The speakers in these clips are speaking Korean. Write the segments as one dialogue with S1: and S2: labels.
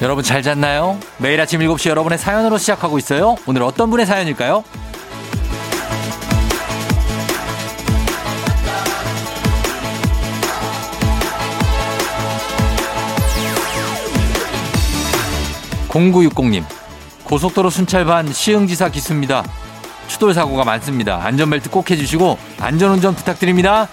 S1: 여러분 잘 잤나요? 매일 아침 7시 여러분의 사연으로 시작하고 있어요. 오늘 어떤 분의 사연일까요? 0960님 고속도로 순찰반 시흥지사 기수입니다. 추돌 사고가 많습니다. 안전벨트 꼭 해주시고 안전운전 부탁드립니다.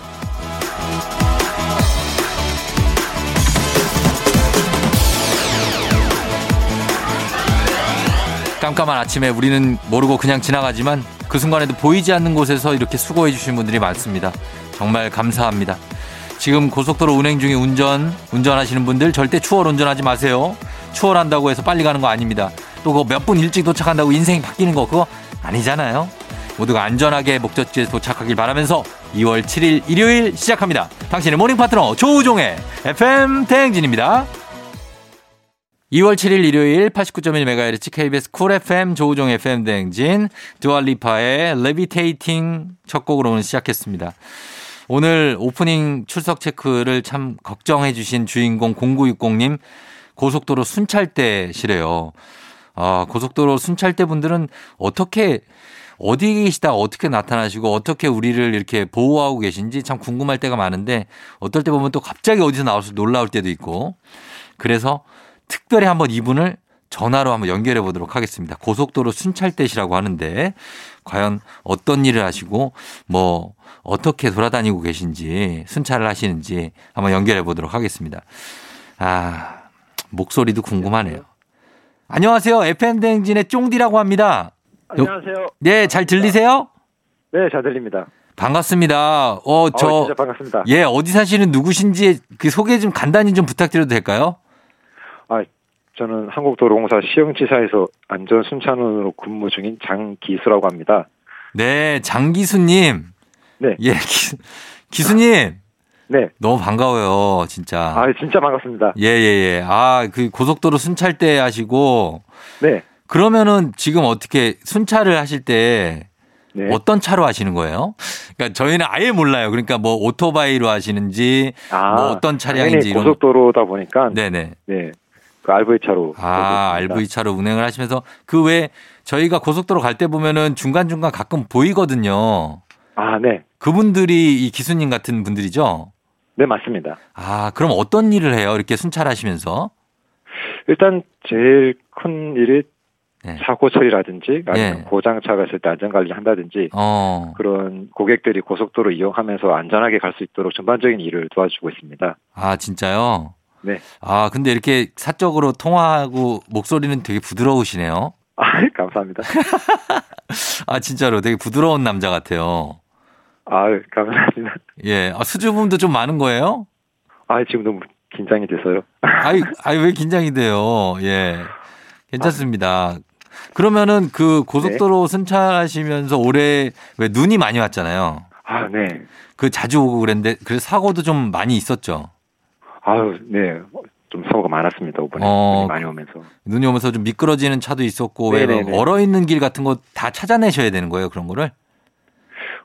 S1: 깜깜한 아침에 우리는 모르고 그냥 지나가지만 그 순간에도 보이지 않는 곳에서 이렇게 수고해 주신 분들이 많습니다. 정말 감사합니다. 지금 고속도로 운행 중에 운전 운전하시는 분들 절대 추월 운전하지 마세요. 추월한다고 해서 빨리 가는 거 아닙니다. 또 그거 몇 분 일찍 도착한다고 인생이 바뀌는 거 그거 아니잖아요. 모두가 안전하게 목적지에 도착하길 바라면서 2월 7일 일요일 시작합니다. 당신의 모닝 파트너 조우종의 FM 대행진입니다. 2월 7일 일요일 89.1MHz KBS 쿨 FM 조우종 FM 대행진 두알리파의 레비테이팅 첫 곡으로 오늘 시작했습니다. 오늘 오프닝 출석 체크를 참 걱정해 주신 주인공 0960님 고속도로 순찰대시래요. 아, 고속도로 순찰대 분들은 어떻게 어디 계시다 어떻게 나타나시고 어떻게 우리를 이렇게 보호하고 계신지 참 궁금할 때가 많은데 어떨 때 보면 또 갑자기 어디서 나와서 놀라울 때도 있고 그래서 특별히 한번 이분을 전화로 한번 연결해 보도록 하겠습니다. 고속도로 순찰대시라고 하는데 과연 어떤 일을 하시고 뭐 어떻게 돌아다니고 계신지 순찰을 하시는지 한번 연결해 보도록 하겠습니다. 아 목소리도 궁금하네요. 안녕하세요. FM 대행진의 쫑디라고 합니다.
S2: 안녕하세요.
S1: 네, 잘 들리세요?
S2: 네, 잘 들립니다.
S1: 반갑습니다. 어,
S2: 아,
S1: 저,
S2: 진짜 반갑습니다.
S1: 예, 어디 사시는 누구신지 그 소개 좀 간단히 좀 부탁드려도 될까요?
S2: 아, 저는 한국도로공사 시흥지사에서 안전순찰원으로 근무 중인 장기수라고 합니다.
S1: 네, 장기수님.
S2: 네.
S1: 예, 기, 기수님.
S2: 네.
S1: 너무 반가워요, 진짜.
S2: 아, 진짜 반갑습니다.
S1: 예, 예, 예. 아, 그 고속도로 순찰대 하시고,
S2: 네.
S1: 그러면은 지금 어떻게 순찰을 하실 때
S2: 네.
S1: 어떤 차로 하시는 거예요? 그러니까 저희는 아예 몰라요. 그러니까 뭐 오토바이로 하시는지,
S2: 아,
S1: 뭐 어떤 차량인지
S2: 당연히
S1: 이런.
S2: 고속도로다 보니까 네.
S1: 네네.
S2: 그 RV차로
S1: 아, RV차로 운행을 하시면서 그 외 저희가 고속도로 갈 때 보면은 중간중간 가끔 보이거든요.
S2: 아, 네.
S1: 그분들이 이 기수님 같은 분들이죠?
S2: 네, 맞습니다.
S1: 아, 그럼 어떤 일을 해요? 이렇게 순찰하시면서?
S2: 일단 제일 큰 일이
S1: 네.
S2: 사고 처리라든지 아니면
S1: 예.
S2: 고장차가 있을 때 안전관리 한다든지
S1: 어.
S2: 그런 고객들이 고속도로 이용하면서 안전하게 갈 수 있도록 전반적인 일을 도와주고 있습니다.
S1: 아, 진짜요?
S2: 네.
S1: 아, 근데 이렇게 사적으로 통화하고 목소리는 되게 부드러우시네요.
S2: 아, 감사합니다.
S1: 아, 진짜로 되게 부드러운 남자 같아요.
S2: 아, 감사합니다.
S1: 예. 아, 수줍음도 좀 많은 거예요?
S2: 아, 지금 너무 긴장이 돼서요.
S1: 아이, 아이, 왜 긴장이 돼요? 예. 괜찮습니다. 그러면은 그
S2: 네.
S1: 고속도로 순찰하시면서 올해 왜 눈이 많이 왔잖아요.
S2: 아, 네.
S1: 그 자주 오고 그랬는데 그래서 사고도 좀 많이 있었죠.
S2: 아유, 네. 좀 사고가 많았습니다, 이번에.
S1: 어.
S2: 눈이 많이 오면서.
S1: 눈이 오면서 좀 미끄러지는 차도 있었고 왜
S2: 네네네.
S1: 얼어 있는 길 같은 거 다 찾아내셔야 되는 거예요 그런 거를.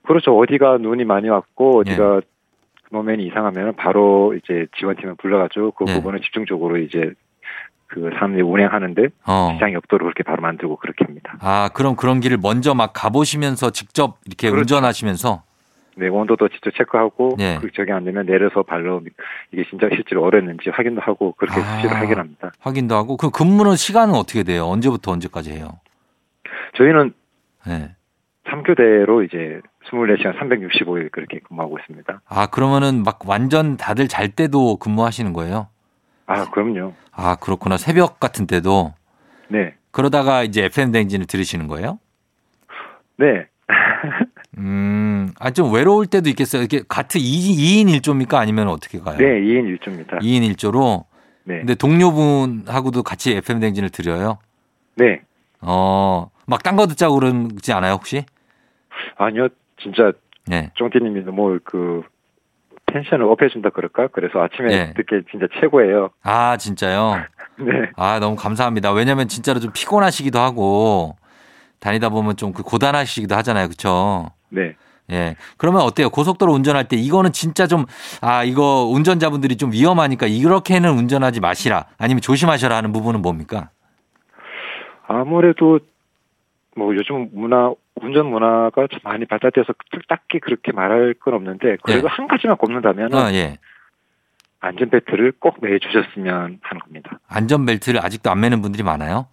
S2: 그렇죠. 어디가 눈이 많이 왔고,
S1: 예.
S2: 어디가 그 모멘이 이상하면 바로 이제 지원팀을 불러가지고 그
S1: 예.
S2: 부분을 집중적으로 이제 그 사람들이 운행하는데
S1: 어.
S2: 지장이 없도록 그렇게 바로 만들고 그렇게 합니다.
S1: 아 그럼 그런 길을 먼저 막 가보시면서 직접 이렇게
S2: 그렇죠.
S1: 운전하시면서
S2: 네, 온도도 직접 체크하고,
S1: 예.
S2: 그 저게 안 되면 내려서 발로 이게 진짜 실제로 얼었는지 확인도 하고, 그렇게
S1: 아.
S2: 수시로 확인합니다.
S1: 확인도 하고 그 근무는 시간은 어떻게 돼요? 언제부터 언제까지 해요?
S2: 저희는
S1: 예.
S2: 3교대로 이제 24시간 365일 그렇게 근무하고 있습니다.
S1: 아 그러면은 막 완전 다들 잘 때도 근무하시는 거예요?
S2: 아, 그럼요.
S1: 아 그렇구나 새벽 같은 때도
S2: 네.
S1: 그러다가 이제 FM 댕진을 들으시는 거예요?
S2: 네.
S1: 음, 아, 좀 외로울 때도 있겠어요. 이렇게 같은 2, 2인 1조입니까? 아니면 어떻게 가요?
S2: 네, 2인 1조입니다.
S1: 2인 1조로.
S2: 네.
S1: 근데 동료분하고도 같이 FM댕진을 들어요?
S2: 네.
S1: 어, 막 딴 거 듣자고 그러지 않아요, 혹시?
S2: 아니요. 진짜
S1: 네.
S2: 쫑디님이 너무 그 텐션을 업해준다 그럴까? 그래서 아침에
S1: 네.
S2: 듣기 진짜 최고예요.
S1: 아, 진짜요?
S2: 네.
S1: 아, 너무 감사합니다. 왜냐면 진짜로 좀 피곤하시기도 하고, 다니다 보면 좀 그 고단하시기도 하잖아요. 그쵸?
S2: 네.
S1: 예. 그러면 어때요? 고속도로 운전할 때 이거는 진짜 좀, 아, 이거 운전자분들이 좀 위험하니까 이렇게는 운전하지 마시라. 아니면 조심하셔라 하는 부분은 뭡니까?
S2: 아무래도 뭐 요즘 문화 운전 문화가 참 많이 발달돼서 그- 딱히 그렇게 말할 건 없는데 그래도 한 가지만 꼽는다면
S1: 네.
S2: 은
S1: 아, 예.
S2: 안전벨트를 꼭 매주셨으면 하는 겁니다.
S1: 안전벨트를 아직도 안 매는 분들이 많아요?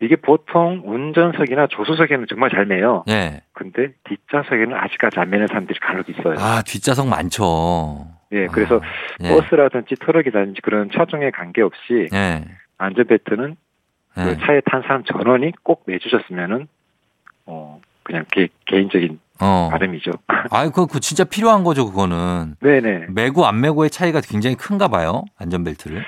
S2: 이게 보통 운전석이나 조수석에는 정말 잘 매요.
S1: 예.
S2: 근데 뒷좌석에는 아직까지 안 매는 사람들이 간혹 있어요.
S1: 아, 뒷좌석 많죠.
S2: 예, 그래서
S1: 아, 예.
S2: 버스라든지 트럭이라든지 그런 차종에 관계없이
S1: 예.
S2: 안전벨트는
S1: 예.
S2: 그 차에 탄 사람 전원이 꼭 매주셨으면은 어 그냥 개, 개인적인
S1: 어.
S2: 바람이죠.
S1: 아이, 그거 그거 진짜 필요한 거죠, 그거는.
S2: 네네.
S1: 매고 안 매고의 차이가 굉장히 큰가 봐요. 안전벨트를.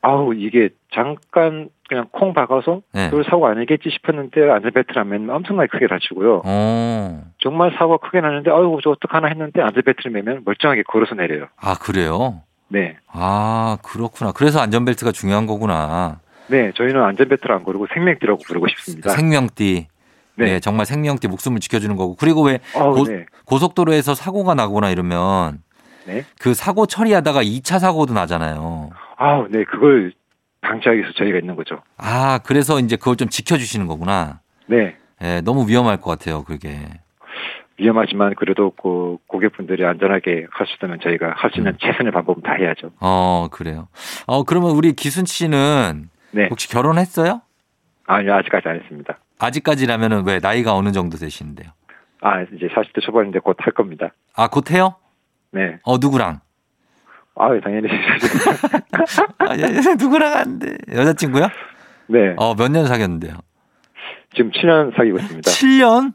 S2: 아우 이게 잠깐 그냥 콩 박아서
S1: 예.
S2: 그걸 사고 아니겠지 싶었는데 안전벨트라면 엄청나게 크게 다치고요.
S1: 어.
S2: 정말 사고가 크게 나는데 아유 저 어떡하나 했는데 안전벨트를 매면 멀쩡하게 걸어서 내려요.
S1: 아, 그래요?
S2: 네.
S1: 아, 그렇구나. 그래서 안전벨트가 중요한 거구나.
S2: 네, 저희는 안전벨트를 안 고르고 생명띠라고 부르고 싶습니다.
S1: 생명띠.
S2: 그러니까 네.
S1: 예, 정말 생명띠 목숨을 지켜주는 거고. 그리고 왜
S2: 아우,
S1: 고-
S2: 네.
S1: 고속도로에서 사고가 나거나 이러면
S2: 네.
S1: 그 사고 처리하다가 2차 사고도 나잖아요.
S2: 아우, 네, 그걸 방지하기 위해서 저희가 있는 거죠.
S1: 아, 그래서 이제 그걸 좀 지켜주시는 거구나.
S2: 네,
S1: 예, 너무 위험할 것 같아요, 그게.
S2: 위험하지만 그래도 그 고객분들이 안전하게 할 수 있다면 저희가 할 수 있는 최선의 방법은 다 해야죠.
S1: 어, 그래요. 어, 그러면 우리 기순 씨는
S2: 네.
S1: 혹시 결혼했어요?
S2: 아니, 아직까지 안 했습니다.
S1: 아직까지라면은 왜 나이가 어느 정도 되시는데요?
S2: 아, 이제 40대 초반인데 곧 할 겁니다.
S1: 아, 곧 해요?
S2: 네.
S1: 어, 누구랑?
S2: 아, 당연히.
S1: 아, 야, 야, 누구랑 안 돼. 여자친구요?
S2: 네.
S1: 어, 몇 년 사귀었는데요?
S2: 지금 7년 사귀고 있습니다.
S1: 7년?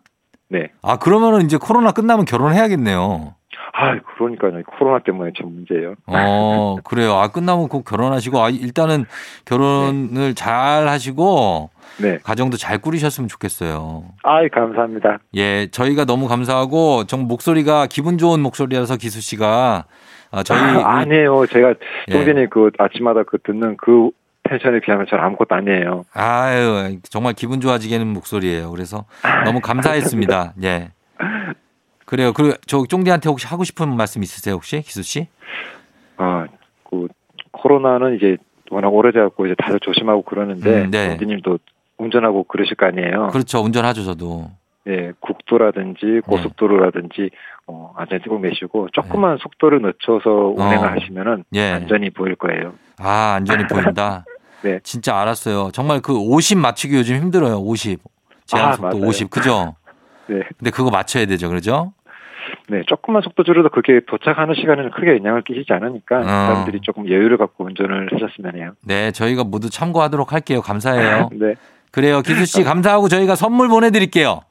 S2: 네.
S1: 아, 그러면은 이제 코로나 끝나면 결혼해야겠네요.
S2: 아, 그러니까요. 코로나 때문에 참 문제예요.
S1: 어, 그래요. 아, 끝나면 꼭 결혼하시고, 아, 일단은 결혼을 잘 하시고,
S2: 네.
S1: 가정도 잘 꾸리셨으면 좋겠어요.
S2: 아, 감사합니다.
S1: 예, 저희가 너무 감사하고, 정 목소리가 기분 좋은 목소리라서 기수 씨가, 아, 저희,
S2: 아, 니에요 제가
S1: 예.
S2: 동진이 그 아침마다 그 듣는 그 텐션에 비하면 전 아무것도 아니에요.
S1: 아유, 정말 기분 좋아지게는 목소리예요. 그래서 너무 감사했습니다. 예. 그래요. 그리고 저 쫑디한테 혹시 하고 싶은 말씀 있으세요, 혹시? 기수 씨?
S2: 아, 그 코로나는 이제 워낙 오래돼갖고 이제 다들 조심하고 그러는데
S1: 음, 네.
S2: 동진님도 운전하고 그러실 거 아니에요.
S1: 그렇죠. 네. 운전하죠, 저도.
S2: 예, 국도라든지 고속도로라든지 어, 안전띠 꼭 매시고 조금만 속도를 늦춰서
S1: 네.
S2: 운행을
S1: 어.
S2: 하시면은
S1: 예.
S2: 안전히 보일 거예요.
S1: 아, 안전히 보인다.
S2: 네.
S1: 진짜 알았어요. 정말 그 50 맞추기 요즘 힘들어요. 50. 제한
S2: 아,
S1: 속도
S2: 맞아요.
S1: 50. 그죠?
S2: 네.
S1: 근데 그거 맞춰야 되죠. 그죠?
S2: 네, 조금만 속도 줄여도 그게 도착하는 시간에는 크게 영향을 끼치지 않으니까
S1: 어.
S2: 사람들이 조금 여유를 갖고 운전을 하셨으면 해요.
S1: 네, 저희가 모두 참고하도록 할게요. 감사해요.
S2: 네.
S1: 그래요. 기수 씨 감사하고 저희가 선물 보내 드릴게요.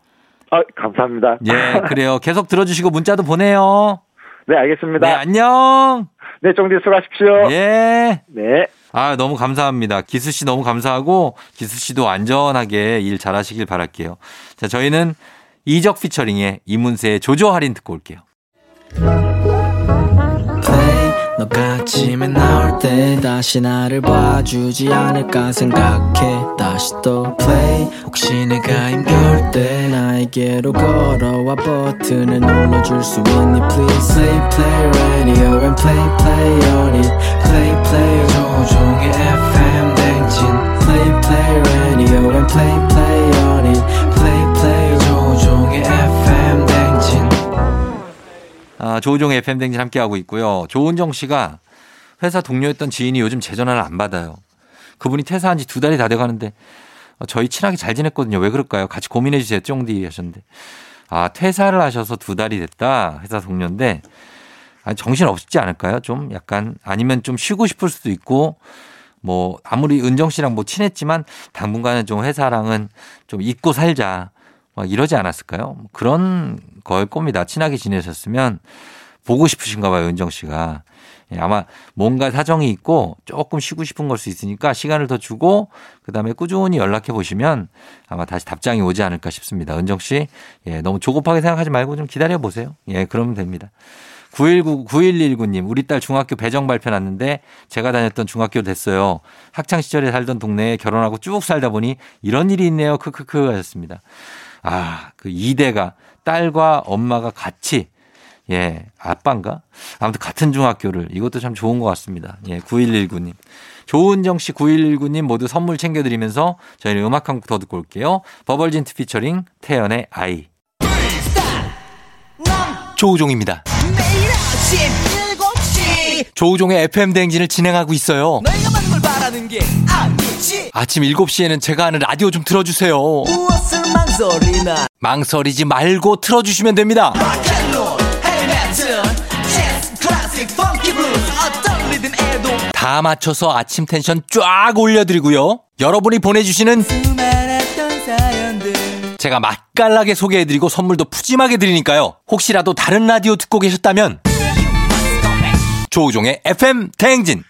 S2: 아, 감사합니다.
S1: 예, 그래요. 계속 들어 주시고 문자도 보내요.
S2: 네,
S1: 네,
S2: 알겠습니다.
S1: 안녕.
S2: 네, 정디 수고하십시오.
S1: 예.
S2: 네.
S1: 아, 너무 감사합니다. 기수 씨 너무 감사하고 기수 씨도 안전하게 일 잘하시길 바랄게요. 자, 저희는 이적 피처링의 이문세의 조조 할인 듣고 올게요.
S3: play 너가 아침에 나올 때 다시 나를 봐주지 않을까 생각해 다시 또 play 혹시 내가 힘겨울 때 나에게로 걸어와 버튼을 눌러줄 수 있니 please play play radio and play play on it play play 조종의 FM 댕진 play play radio and play play on it play play 조종의 FM 댕진
S1: 아, 조우종의 FM 댕진 함께하고 있고요. 조은정 씨가 회사 동료였던 지인이 요즘 제 전화를 안 받아요. 그분이 퇴사한 지 두 달이 다 돼가는데 어, 저희 친하게 잘 지냈거든요. 왜 그럴까요? 같이 고민해 주세요. 쫑디 하셨는데. 아, 퇴사를 하셔서 두 달이 됐다. 회사 동료인데. 아, 정신 없지 않을까요? 좀 약간 아니면 좀 쉬고 싶을 수도 있고 뭐 아무리 은정 씨랑 뭐 친했지만 당분간은 좀 회사랑은 좀 잊고 살자. 막 이러지 않았을까요? 뭐 그런 걸 겁니다. 친하게 지내셨으면 보고 싶으신가 봐요, 은정 씨가. 예, 아마 뭔가 사정이 있고 조금 쉬고 싶은 걸 수 있으니까 시간을 더 주고 그다음에 꾸준히 연락해 보시면 아마 다시 답장이 오지 않을까 싶습니다. 은정 씨, 예, 너무 조급하게 생각하지 말고 좀 기다려 보세요. 예, 그러면 됩니다. 919, 9119님, 우리 딸 중학교 배정 발표 났는데 제가 다녔던 중학교 됐어요. 학창 시절에 살던 동네에 결혼하고 쭉 살다 보니 이런 일이 있네요. 크크크 하셨습니다. 아, 그 2대가 딸과 엄마가 같이 예, 아빠인가? 아무튼 같은 중학교를 이것도 참 좋은 것 같습니다. 예, 9119님. 조은정 씨 9119님 모두 선물 챙겨드리면서 저희는 음악 한 곡 더 듣고 올게요. 버벌진트 피처링 태연의 아이. 조우종입니다.
S4: 매일 아침 7시
S1: 조우종의 FM 대행진을 진행하고 있어요.
S4: 내가 받는 걸 바라는 게 아니지
S1: 아침 7시에는 제가 하는 라디오 좀 틀어주세요.
S4: 무엇을 망설이나
S1: 망설이지 말고 틀어주시면 됩니다.
S4: 락앤롤 헤비메탈 재즈 클래식 펑키 블루스 어떤 리듬에도
S1: 다 맞춰서 아침 텐션 쫙 올려드리고요. 여러분이 보내주시는
S4: 수많았던 사연들
S1: 제가 맛깔나게 소개해드리고 선물도 푸짐하게 드리니까요. 혹시라도 다른 라디오 듣고 계셨다면 조우종의 FM 대행진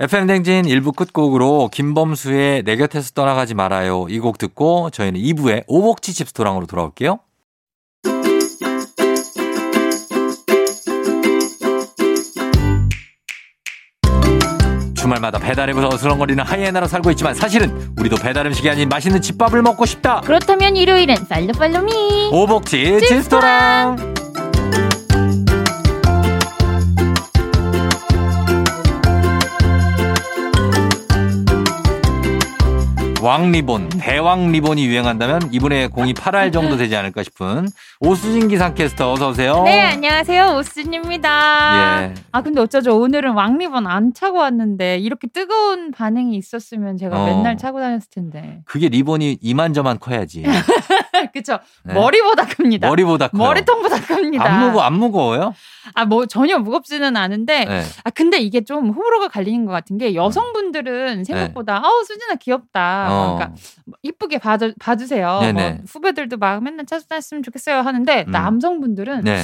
S1: FM 대행진 1부 끝곡으로 김범수의 내 곁에서 떠나가지 말아요 이 곡 듣고 저희는 2부에 오복치 칩스토랑으로 돌아올게요. 주말마다 배달앱에서 어슬렁거리는 하이에나로 살고 있지만 사실은 우리도 배달음식이 아닌 맛있는 집밥을 먹고 싶다.
S5: 그렇다면 일요일엔 팔로 팔로미
S1: 오복치 칩스토랑 왕리본, 대왕리본이 유행한다면 이분의 공이 8알 정도 되지 않을까 싶은 오수진 기상캐스터 어서오세요.
S5: 네 안녕하세요 오스입니다
S1: 예.
S5: 아 근데 어쩌죠 오늘은 왕리본 안 차고 왔는데 이렇게 뜨거운 반응이 있었으면 제가
S1: 어.
S5: 맨날 차고 다녔을 텐데
S1: 그게 리본이 이만저만 커야지.
S5: 그쵸
S1: 네.
S5: 머리보다 큽니다
S1: 머리보다 커요.
S5: 통보다 큽니다
S1: 안 무거, 안 무거워요?
S5: 아뭐 전혀 무겁지는 않은데
S1: 네.
S5: 아 근데 이게 좀 호불호가 갈리는 것 같은 게 여성분들은 생각보다 아우 수진아 귀엽다
S1: 네. 어.
S5: 그러니까 뭐 이쁘게 봐주, 봐주세요
S1: 네네.
S5: 뭐 후배들도 막 맨날 차고 다녔으면 좋겠어요 하는데
S1: 음.
S5: 남성분들은
S1: 네.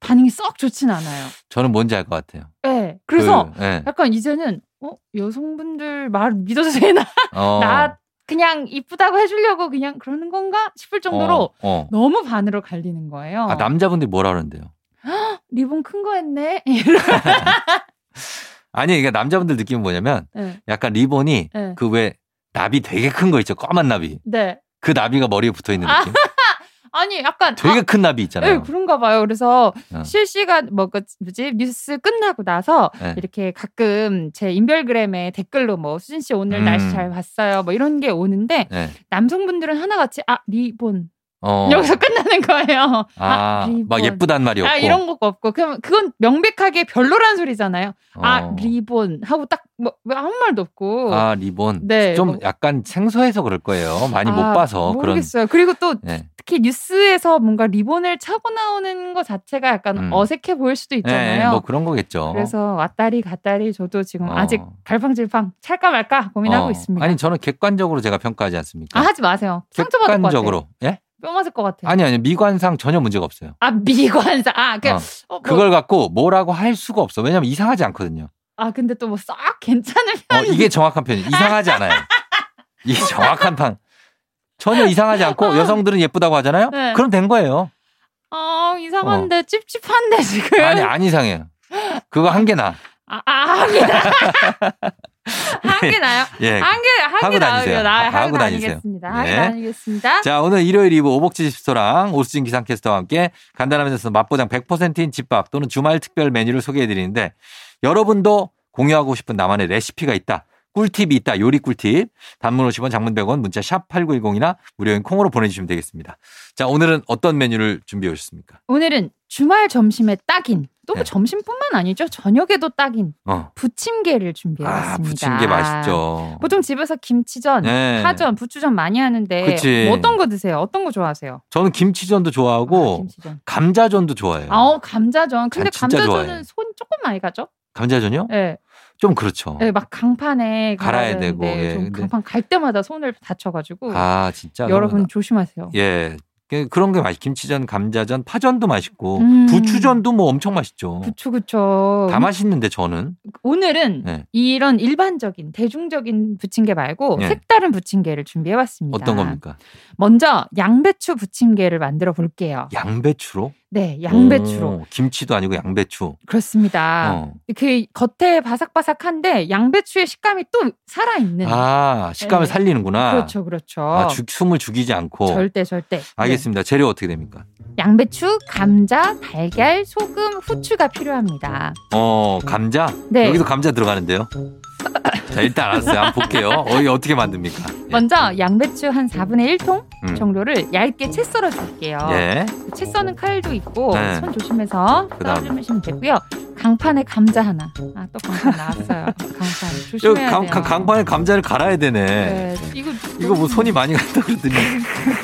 S5: 반응이 썩 좋진 않아요.
S1: 저는 뭔지 알 것 같아요.
S5: 네. 그래서
S1: 그, 네.
S5: 약간 이제는 어 여성분들 말 믿어도 되나?
S1: 어.
S5: 나 그냥 이쁘다고 해주려고 그냥 그러는 건가 싶을 정도로 어.
S1: 어, 어.
S5: 너무 반으로 갈리는 거예요.
S1: 아, 남자분들이 뭐라 그러는데요?
S5: 리본 큰 거 했네. 예. 이런.
S1: 아니, 그러니까 남자분들 느낌은 뭐냐면
S5: 네.
S1: 약간 리본이
S5: 네.
S1: 그 왜 나비 되게 큰 거 있죠? 까만 나비.
S5: 네.
S1: 그 나비가 머리에 붙어 있는
S5: 아,
S1: 느낌.
S5: 아니 약간
S1: 되게 큰 나비
S5: 아, 네,
S1: 있잖아요.
S5: 그런가 봐요. 그래서
S1: 어.
S5: 실시간 뭐 그 뭐지 뉴스 끝나고 나서
S1: 네.
S5: 이렇게 가끔 제 인별그램에 댓글로 뭐 수진 씨 오늘
S1: 음.
S5: 날씨 잘 봤어요. 뭐 이런 게 오는데
S1: 네.
S5: 남성분들은 하나같이 아 리본
S1: 어.
S5: 여기서 끝나는 거예요.
S1: 아,
S5: 리본.
S1: 막 예쁘단 말이 없고.
S5: 아 이런 것도 없고 그럼 그건 명백하게 별로란 소리잖아요. 아
S1: 어.
S5: 리본 하고 딱뭐 아무 말도 없고.
S1: 아, 리본.
S5: 네.
S1: 좀
S5: 뭐.
S1: 약간 생소해서 그럴 거예요. 많이
S5: 아,
S1: 못 봐서
S5: 모르겠어요. 그리고 또
S1: 그런. 네.
S5: 특히 뉴스에서 뭔가 리본을 차고 나오는 것 자체가 약간
S1: 음.
S5: 어색해 보일 수도 있잖아요.
S1: 네, 뭐 그런 거겠죠.
S5: 그래서 왔다리 갔다리 저도 지금
S1: 어.
S5: 아직 갈팡질팡 찰까 말까 고민하고
S1: 어.
S5: 있습니다.
S1: 아니, 저는 객관적으로 제가 평가하지 않습니까?
S5: 아, 하지 마세요. 상처받을 것 같아요. 네.
S1: 객관적으로. 예?
S5: 뼈 맞을 것 같아요.
S1: 아니, 아니, 미관상 전혀 문제가 없어요.
S5: 아 미관사. 아, 그,
S1: 어.
S5: 어, 뭐-
S1: 그걸 갖고 뭐라고 할 수가 없어. 왜냐면 이상하지 않거든요.
S5: 아 근데 또 뭐 싹 괜찮은
S1: 어, 이게 정확한 표현. 이상하지 않아요. 이게 정확한 판. 전혀 이상하지 않고 여성들은 예쁘다고 하잖아요.
S5: 네.
S1: 그럼 된 거예요.
S5: 아 이상한데 찝찝한데 지금.
S1: 어. 아니 안 이상해요. 그거 한 개 나.
S5: 아, 아, 한개 나. 한개 나요?
S1: 예.
S5: 한개
S1: 하고
S5: 한개 나요.
S1: 다니세요.
S5: 나
S1: 하고
S5: 하고
S1: 다니세요.
S5: 다니겠습니다. 하고
S1: 네.
S5: 다니겠습니다.
S1: 자 오늘 일요일 이브 오복지 집소랑 오수진 기상캐스터와 함께 간단하면서 맛보장 100%인 집밥 또는 주말 특별 메뉴를 소개해드리는데 여러분도 공유하고 싶은 나만의 레시피가 있다. 꿀팁이 있다. 요리 꿀팁. 단문 50원, 장문 100원, 문자 샵 8910이나 무료인 콩으로 보내주시면 되겠습니다. 자 오늘은 어떤 메뉴를 준비해 오셨습니까?
S5: 오늘은 주말 점심에 딱인. 또그
S1: 네.
S5: 점심뿐만 아니죠. 저녁에도 딱인
S1: 어.
S5: 부침개를 준비해봤습니다.
S1: 아
S5: 뭐
S1: 부침개 맛있죠.
S5: 보통 집에서 김치전,
S1: 네.
S5: 파전, 부추전 많이 하는데
S1: 그치.
S5: 뭐 어떤 거 드세요? 어떤 거 좋아하세요?
S1: 저는 김치전도
S5: 아,
S1: 좋아하고
S5: 김치전.
S1: 감자전도 좋아해요.
S5: 아, 어, 감자전.
S1: 난
S5: 근데
S1: 진짜
S5: 감자전은
S1: 좋아해.
S5: 손 조금 많이 가죠?
S1: 감자전이요?
S5: 예. 네.
S1: 좀 그렇죠.
S5: 막 강판에
S1: 갈아야
S5: 갈아야
S1: 되고,
S5: 되는데
S1: 예,
S5: 좀
S1: 근데-
S5: 강판 갈 때마다 손을 다쳐가지고
S1: 아 진짜
S5: 뭐 여러분 조심하세요.
S1: 예. 그- 그런 게 맛있. 김치전, 감자전, 파전도 맛있고
S5: 음.
S1: 부추전도 뭐 엄청 맛있죠.
S5: 그쵸 그쵸.
S1: 다 맛있는데 저는
S5: 오늘은
S1: 네.
S5: 이런 일반적인 대중적인 부침개 말고
S1: 네.
S5: 색다른 부침개를 준비해봤습니다.
S1: 어떤 겁니까?
S5: 먼저 양배추 부침개를 만들어 볼게요.
S1: 양배추로?
S5: 네, 양배추로.
S1: 오, 김치도 아니고 양배추.
S5: 그렇습니다.
S1: 어.
S5: 그 겉에 바삭바삭한데 양배추의 식감이 또 살아있는.
S1: 아 식감을
S5: 네.
S1: 살리는구나.
S5: 그렇죠, 그렇죠.
S1: 아, 죽- 숨을 죽이지 않고.
S5: 절대, 네. 절대.
S1: 알겠습니다. 재료 어떻게 됩니까?
S5: 네. 양배추, 감자, 달걀, 소금, 후추가 필요합니다.
S1: 어 감자.
S5: 네.
S1: 여기도 감자 들어가는데요. 자 일단 알았어요. 한번 볼게요. 어, 이 어떻게 만듭니까? 예.
S5: 먼저 양배추 한 4분의 1통
S1: 음.
S5: 정도를 얇게 채 썰어 줄게요.
S1: 예.
S5: 채 써는 칼도 있고
S1: 네.
S5: 손 조심해서
S1: 그다음.
S5: 썰으시면 되고요. 강판에 감자 하나. 아 또 강판 나왔어요. 강판
S1: 여기
S5: 조심해야
S1: 강,
S5: 돼요.
S1: 강- 강판에 감자를 갈아야 되네.
S5: 네, 이거
S1: 이거 뭐 손이 많이 간다 그러더니.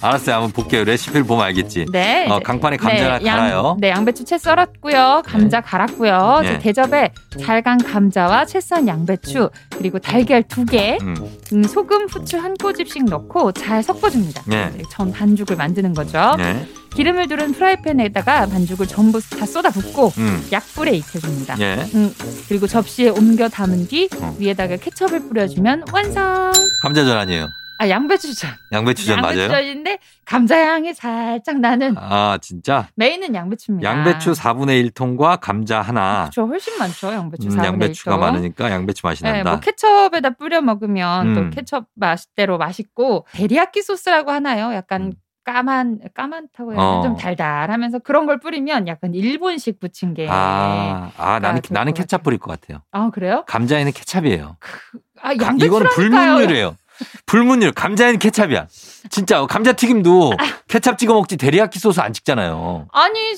S1: 알았어요. 한번 볼게요. 레시피를 보면 알겠지.
S5: 네.
S1: 어, 강판에 감자를
S5: 양-
S1: 갈아요.
S5: 네, 양배추 채 썰었고요. 감자 갈았고요.
S1: 네.
S5: 이제 대접에 잘 간 감자와 채 썬 양배추 그리고 달걀 두 개,
S1: 음,
S5: 음, 소금, 후추 한 꼬집씩 넣고 잘 섞어줍니다.
S1: 네.
S5: 이제 전 반죽을 만드는 거죠.
S1: 예.
S5: 기름을 두른 프라이팬에다가 반죽을 전부 다 쏟아붓고
S1: 음,
S5: 약불에 익혀줍니다.
S1: 예.
S5: 음, 그리고 접시에 옮겨 담은 뒤
S1: 어.
S5: 위에다가 케첩을 뿌려주면 완성.
S1: 감자전 아니에요.
S5: 아 양배추전.
S1: 양배추전 맞아요?
S5: 양배추전인데 감자 향이 살짝 나는
S1: 아, 진짜?
S5: 메인은 양배추입니다.
S1: 양배추 4분의 1통과 감자 하나.
S5: 그렇죠. 훨씬 많죠. 양배추
S1: 음,
S5: 4분의
S1: 양배추가
S5: 1조.
S1: 많으니까 양배추 맛이
S5: 네, 뭐
S1: 난다.
S5: 케첩에다 뿌려 먹으면
S1: 음.
S5: 또 케첩 맛대로 맛있고 데리야끼 소스라고 하나요? 약간
S1: 음.
S5: 까만 까만타고
S1: 어.
S5: 좀 달달하면서 그런 걸 뿌리면 약간 일본식 부침개.
S1: 아, 아, 나는,
S5: 좋을
S1: 나는
S5: 것
S1: 케찹
S5: 같아요.
S1: 뿌릴 것 같아요.
S5: 아, 그래요?
S1: 감자에는 케찹이에요.
S5: 아
S1: 가-
S5: 양배추라니까요.
S1: 그 이건 불문율이에요. 불문율. 감자에는 케찹이야. 진짜 감자튀김도
S5: 아.
S1: 케찹 찍어 먹지 데리야끼 소스 안 찍잖아요.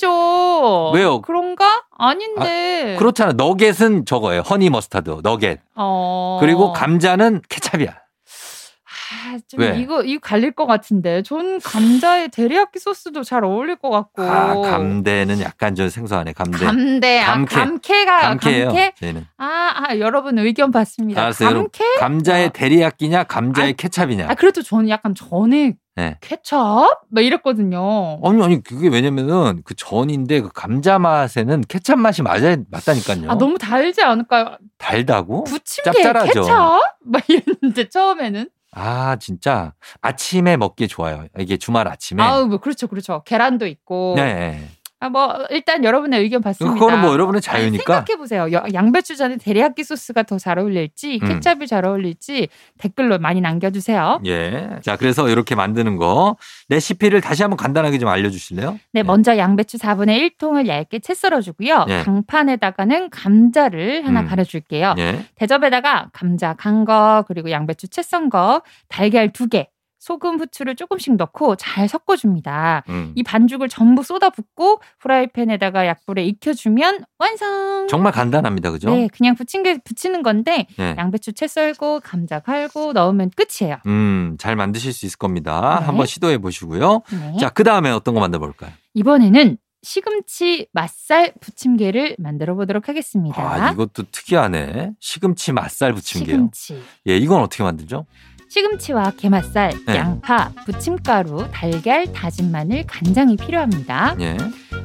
S5: 아니죠.
S1: 왜요?
S5: 그런가? 아닌데.
S1: 그렇잖아. 너겟은 저거예요. 허니 머스타드, 너겟.
S5: 어.
S1: 그리고 감자는 케찹이야.
S5: 아, 좀
S1: 왜?
S5: 이거 이거 갈릴 것 같은데. 전 감자에 데리야끼 소스도 잘 어울릴 것 같고.
S1: 아, 감대는 약간 좀 생소하네. 감대.
S5: 감대, 아,
S1: 감캐.
S5: 감캐가
S1: 감캐예요.
S5: 감캐?
S1: 저희는.
S5: 아, 아, 여러분 의견 받습니다.
S1: 알았어요, 여러분.
S5: 감캐?
S1: 감자의 데리야끼냐, 감자의 케찹이냐.
S5: 아, 그래도 저는 약간 전에
S1: 네. 어,
S5: 케첩? 막 이랬거든요.
S1: 아니 아니 그게 왜냐면은 그 전인데 그 감자 맛에는 케찹 맛이 맞아 맞다니까요.
S5: 아, 너무 달지 않을까요?
S1: 달다고?
S5: 부침개
S1: 짭짤하죠.
S5: 케첩? 막 이랬는데, 처음에는.
S1: 아 진짜 아침에 먹기 좋아요. 이게 주말 아침에.
S5: 아우, 뭐, 그렇죠, 그렇죠. 계란도 있고.
S1: 네.
S5: 아, 뭐, 일단 여러분의 의견 받습니다. 네,
S1: 그거는 뭐 여러분의 자유니까.
S5: 생각해보세요. 여- 양배추전에 데리야끼 소스가 더 잘 어울릴지,
S1: 음.
S5: 케첩이 잘 어울릴지 댓글로 많이 남겨주세요.
S1: 예. 자 그래서 이렇게 만드는 거 레시피를 다시 한번 간단하게 좀 알려주실래요?
S5: 네, 먼저 양배추 4분의 1통을 얇게 채 썰어주고요.
S1: 예.
S5: 강판에다가는 감자를 하나
S1: 음.
S5: 갈아줄게요.
S1: 예.
S5: 대접에다가 감자 간 거, 그리고 양배추 채 썬 거, 달걀 두 개, 소금, 후추를 조금씩 넣고 잘 섞어줍니다.
S1: 음.
S5: 이 반죽을 전부 쏟아붓고 프라이팬에다가 약불에 익혀주면 완성!
S1: 정말 간단합니다, 그죠?
S5: 네, 그냥 부침개 부치는 건데
S1: 예.
S5: 양배추 채 썰고 감자 갈고 넣으면 끝이에요.
S1: 음, 잘 만드실 수 있을 겁니다.
S5: 네.
S1: 한번 시도해 보시고요.
S5: 네.
S1: 자, 그 다음에 어떤 거 만들어볼까요?
S5: 이번에는 시금치 맛살 부침개를 만들어 보도록 하겠습니다.
S1: 아, 이것도 특이하네. 시금치 맛살 부침개요.
S5: 시금치.
S1: 예, 이건 어떻게 만들죠?
S5: 시금치와 게맛살,
S1: 네.
S5: 양파, 부침가루, 달걀, 다진 마늘, 간장이 필요합니다.
S1: 예.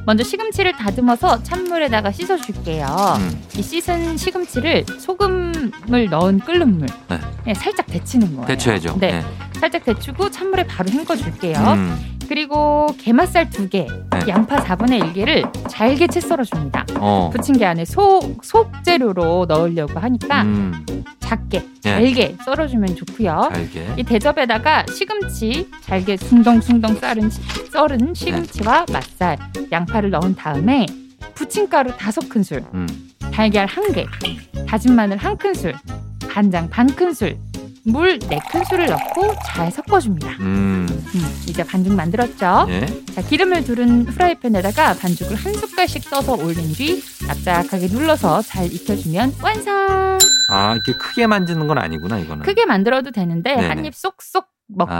S5: 먼저 시금치를 다듬어서 찬물에다가 씻어줄게요.
S1: 음.
S5: 이 씻은 시금치를 소금을 넣은 끓는 물,
S1: 네.
S5: 네, 살짝 데치는 거예요.
S1: 데쳐야죠.
S5: 네,
S1: 예.
S5: 살짝 데치고 찬물에 바로 헹궈줄게요.
S1: 음.
S5: 그리고 게맛살 두 개,
S1: 네.
S5: 양파 4분의 1개를 잘게 채 썰어줍니다.
S1: 어.
S5: 부침개 안에 속, 속 재료로 넣으려고 하니까
S1: 음.
S5: 작게,
S1: 예.
S5: 잘게 썰어주면 좋고요.
S1: 잘게.
S5: 이 대접에다가 시금치 잘게 숭덩숭덩 썰은, 시-
S1: 네.
S5: 썰은 시금치와 맛살, 양파를 넣은 다음에 부침가루 다섯 큰술,
S1: 음.
S5: 달걀 한 개, 다진 마늘 한 큰술, 간장 반 큰술, 물 네 큰술을 넣고 잘 섞어줍니다.
S1: 음.
S5: 음, 이제 반죽 만들었죠?
S1: 예.
S5: 자, 기름을 두른 프라이팬에다가 반죽을 한 숟갈씩 떠서 올린 뒤 납작하게 눌러서 잘 익혀주면 완성!
S1: 아, 이렇게 크게 만드는 건 아니구나, 이거는.
S5: 크게 만들어도 되는데
S1: 네네.
S5: 한 입
S1: 아,
S5: 쏙쏙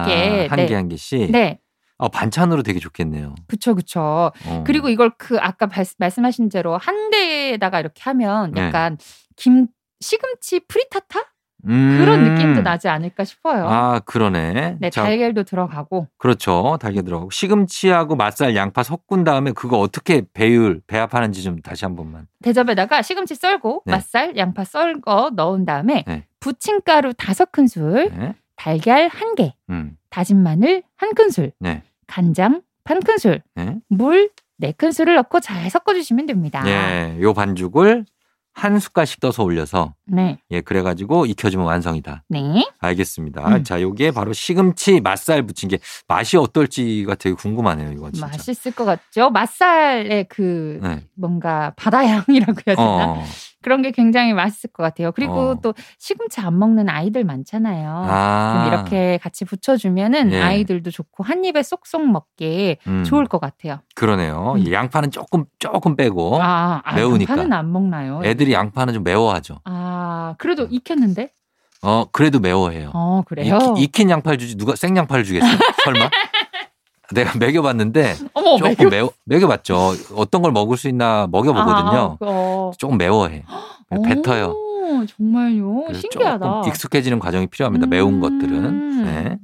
S5: 먹게.
S1: 한 개, 한 개씩.
S5: 네.
S1: 어, 반찬으로 되게 좋겠네요.
S5: 그쵸, 그쵸.
S1: 어.
S5: 그리고 이걸 그 아까 발- 말씀하신 대로 한 대에다가 이렇게 하면
S1: 네.
S5: 약간 김, 시금치 프리타타?
S1: 음.
S5: 그런 느낌도 나지 않을까 싶어요.
S1: 아, 그러네.
S5: 네,
S1: 자,
S5: 달걀도 들어가고.
S1: 그렇죠. 달걀 들어가고. 시금치하고 맛살, 양파 섞은 다음에 그거 어떻게 배율, 배합하는지 좀 다시 한 번만.
S5: 대접에다가 시금치 썰고,
S1: 네.
S5: 맛살, 양파 썰 거 넣은 다음에
S1: 네.
S5: 부침가루 다섯 큰술,
S1: 네.
S5: 달걀 한 개,
S1: 음.
S5: 다진 마늘 한 큰술,
S1: 네.
S5: 간장 반 큰술,
S1: 네.
S5: 물 네 큰술을 넣고 잘 섞어주시면 됩니다.
S1: 예, 요 반죽을 한 숟갈씩 떠서 올려서
S5: 네.
S1: 예, 그래가지고 익혀주면 완성이다.
S5: 네.
S1: 알겠습니다.
S5: 음.
S1: 자, 요게 바로 시금치 맛살 부침개 맛이 어떨지가 되게 궁금하네요. 이건 진짜.
S5: 맛있을 것 같죠? 맛살의 그
S1: 네.
S5: 뭔가 바다향이라고 해야 되나?
S1: 어.
S5: 그런 게 굉장히 맛있을 것 같아요. 그리고
S1: 어.
S5: 또 시금치 안 먹는 아이들 많잖아요.
S1: 아.
S5: 어, 그럼 이렇게 같이 부쳐주면은
S1: 예.
S5: 아이들도 좋고 한 입에 쏙쏙 먹게
S1: 음,
S5: 좋을 것 같아요.
S1: 그러네요.
S5: 음.
S1: 양파는 조금 조금 빼고
S5: 아, 네. 아,
S1: 어? 매우니까.
S5: 양파는 안 먹나요?
S1: 애들이 양파는 좀 매워하죠.
S5: 아, 그래도 익혔는데?
S1: 어 그래도 매워해요.
S5: 어, 그래요?
S1: 익히- 익힌 양파를 주지 누가 생 양파를 주겠어요? 설마? 내가 먹여봤는데
S5: 어머,
S1: 조금 매워 먹여봤죠. 어떤 걸 먹을 수 있나 먹여보거든요.
S5: 아, 어.
S1: 조금 매워해.
S5: 오,
S1: 뱉어요.
S5: 정말요?
S1: 그래서
S5: 신기하다.
S1: 조금 익숙해지는 과정이 필요합니다. 매운
S5: 음.
S1: 것들은. 네.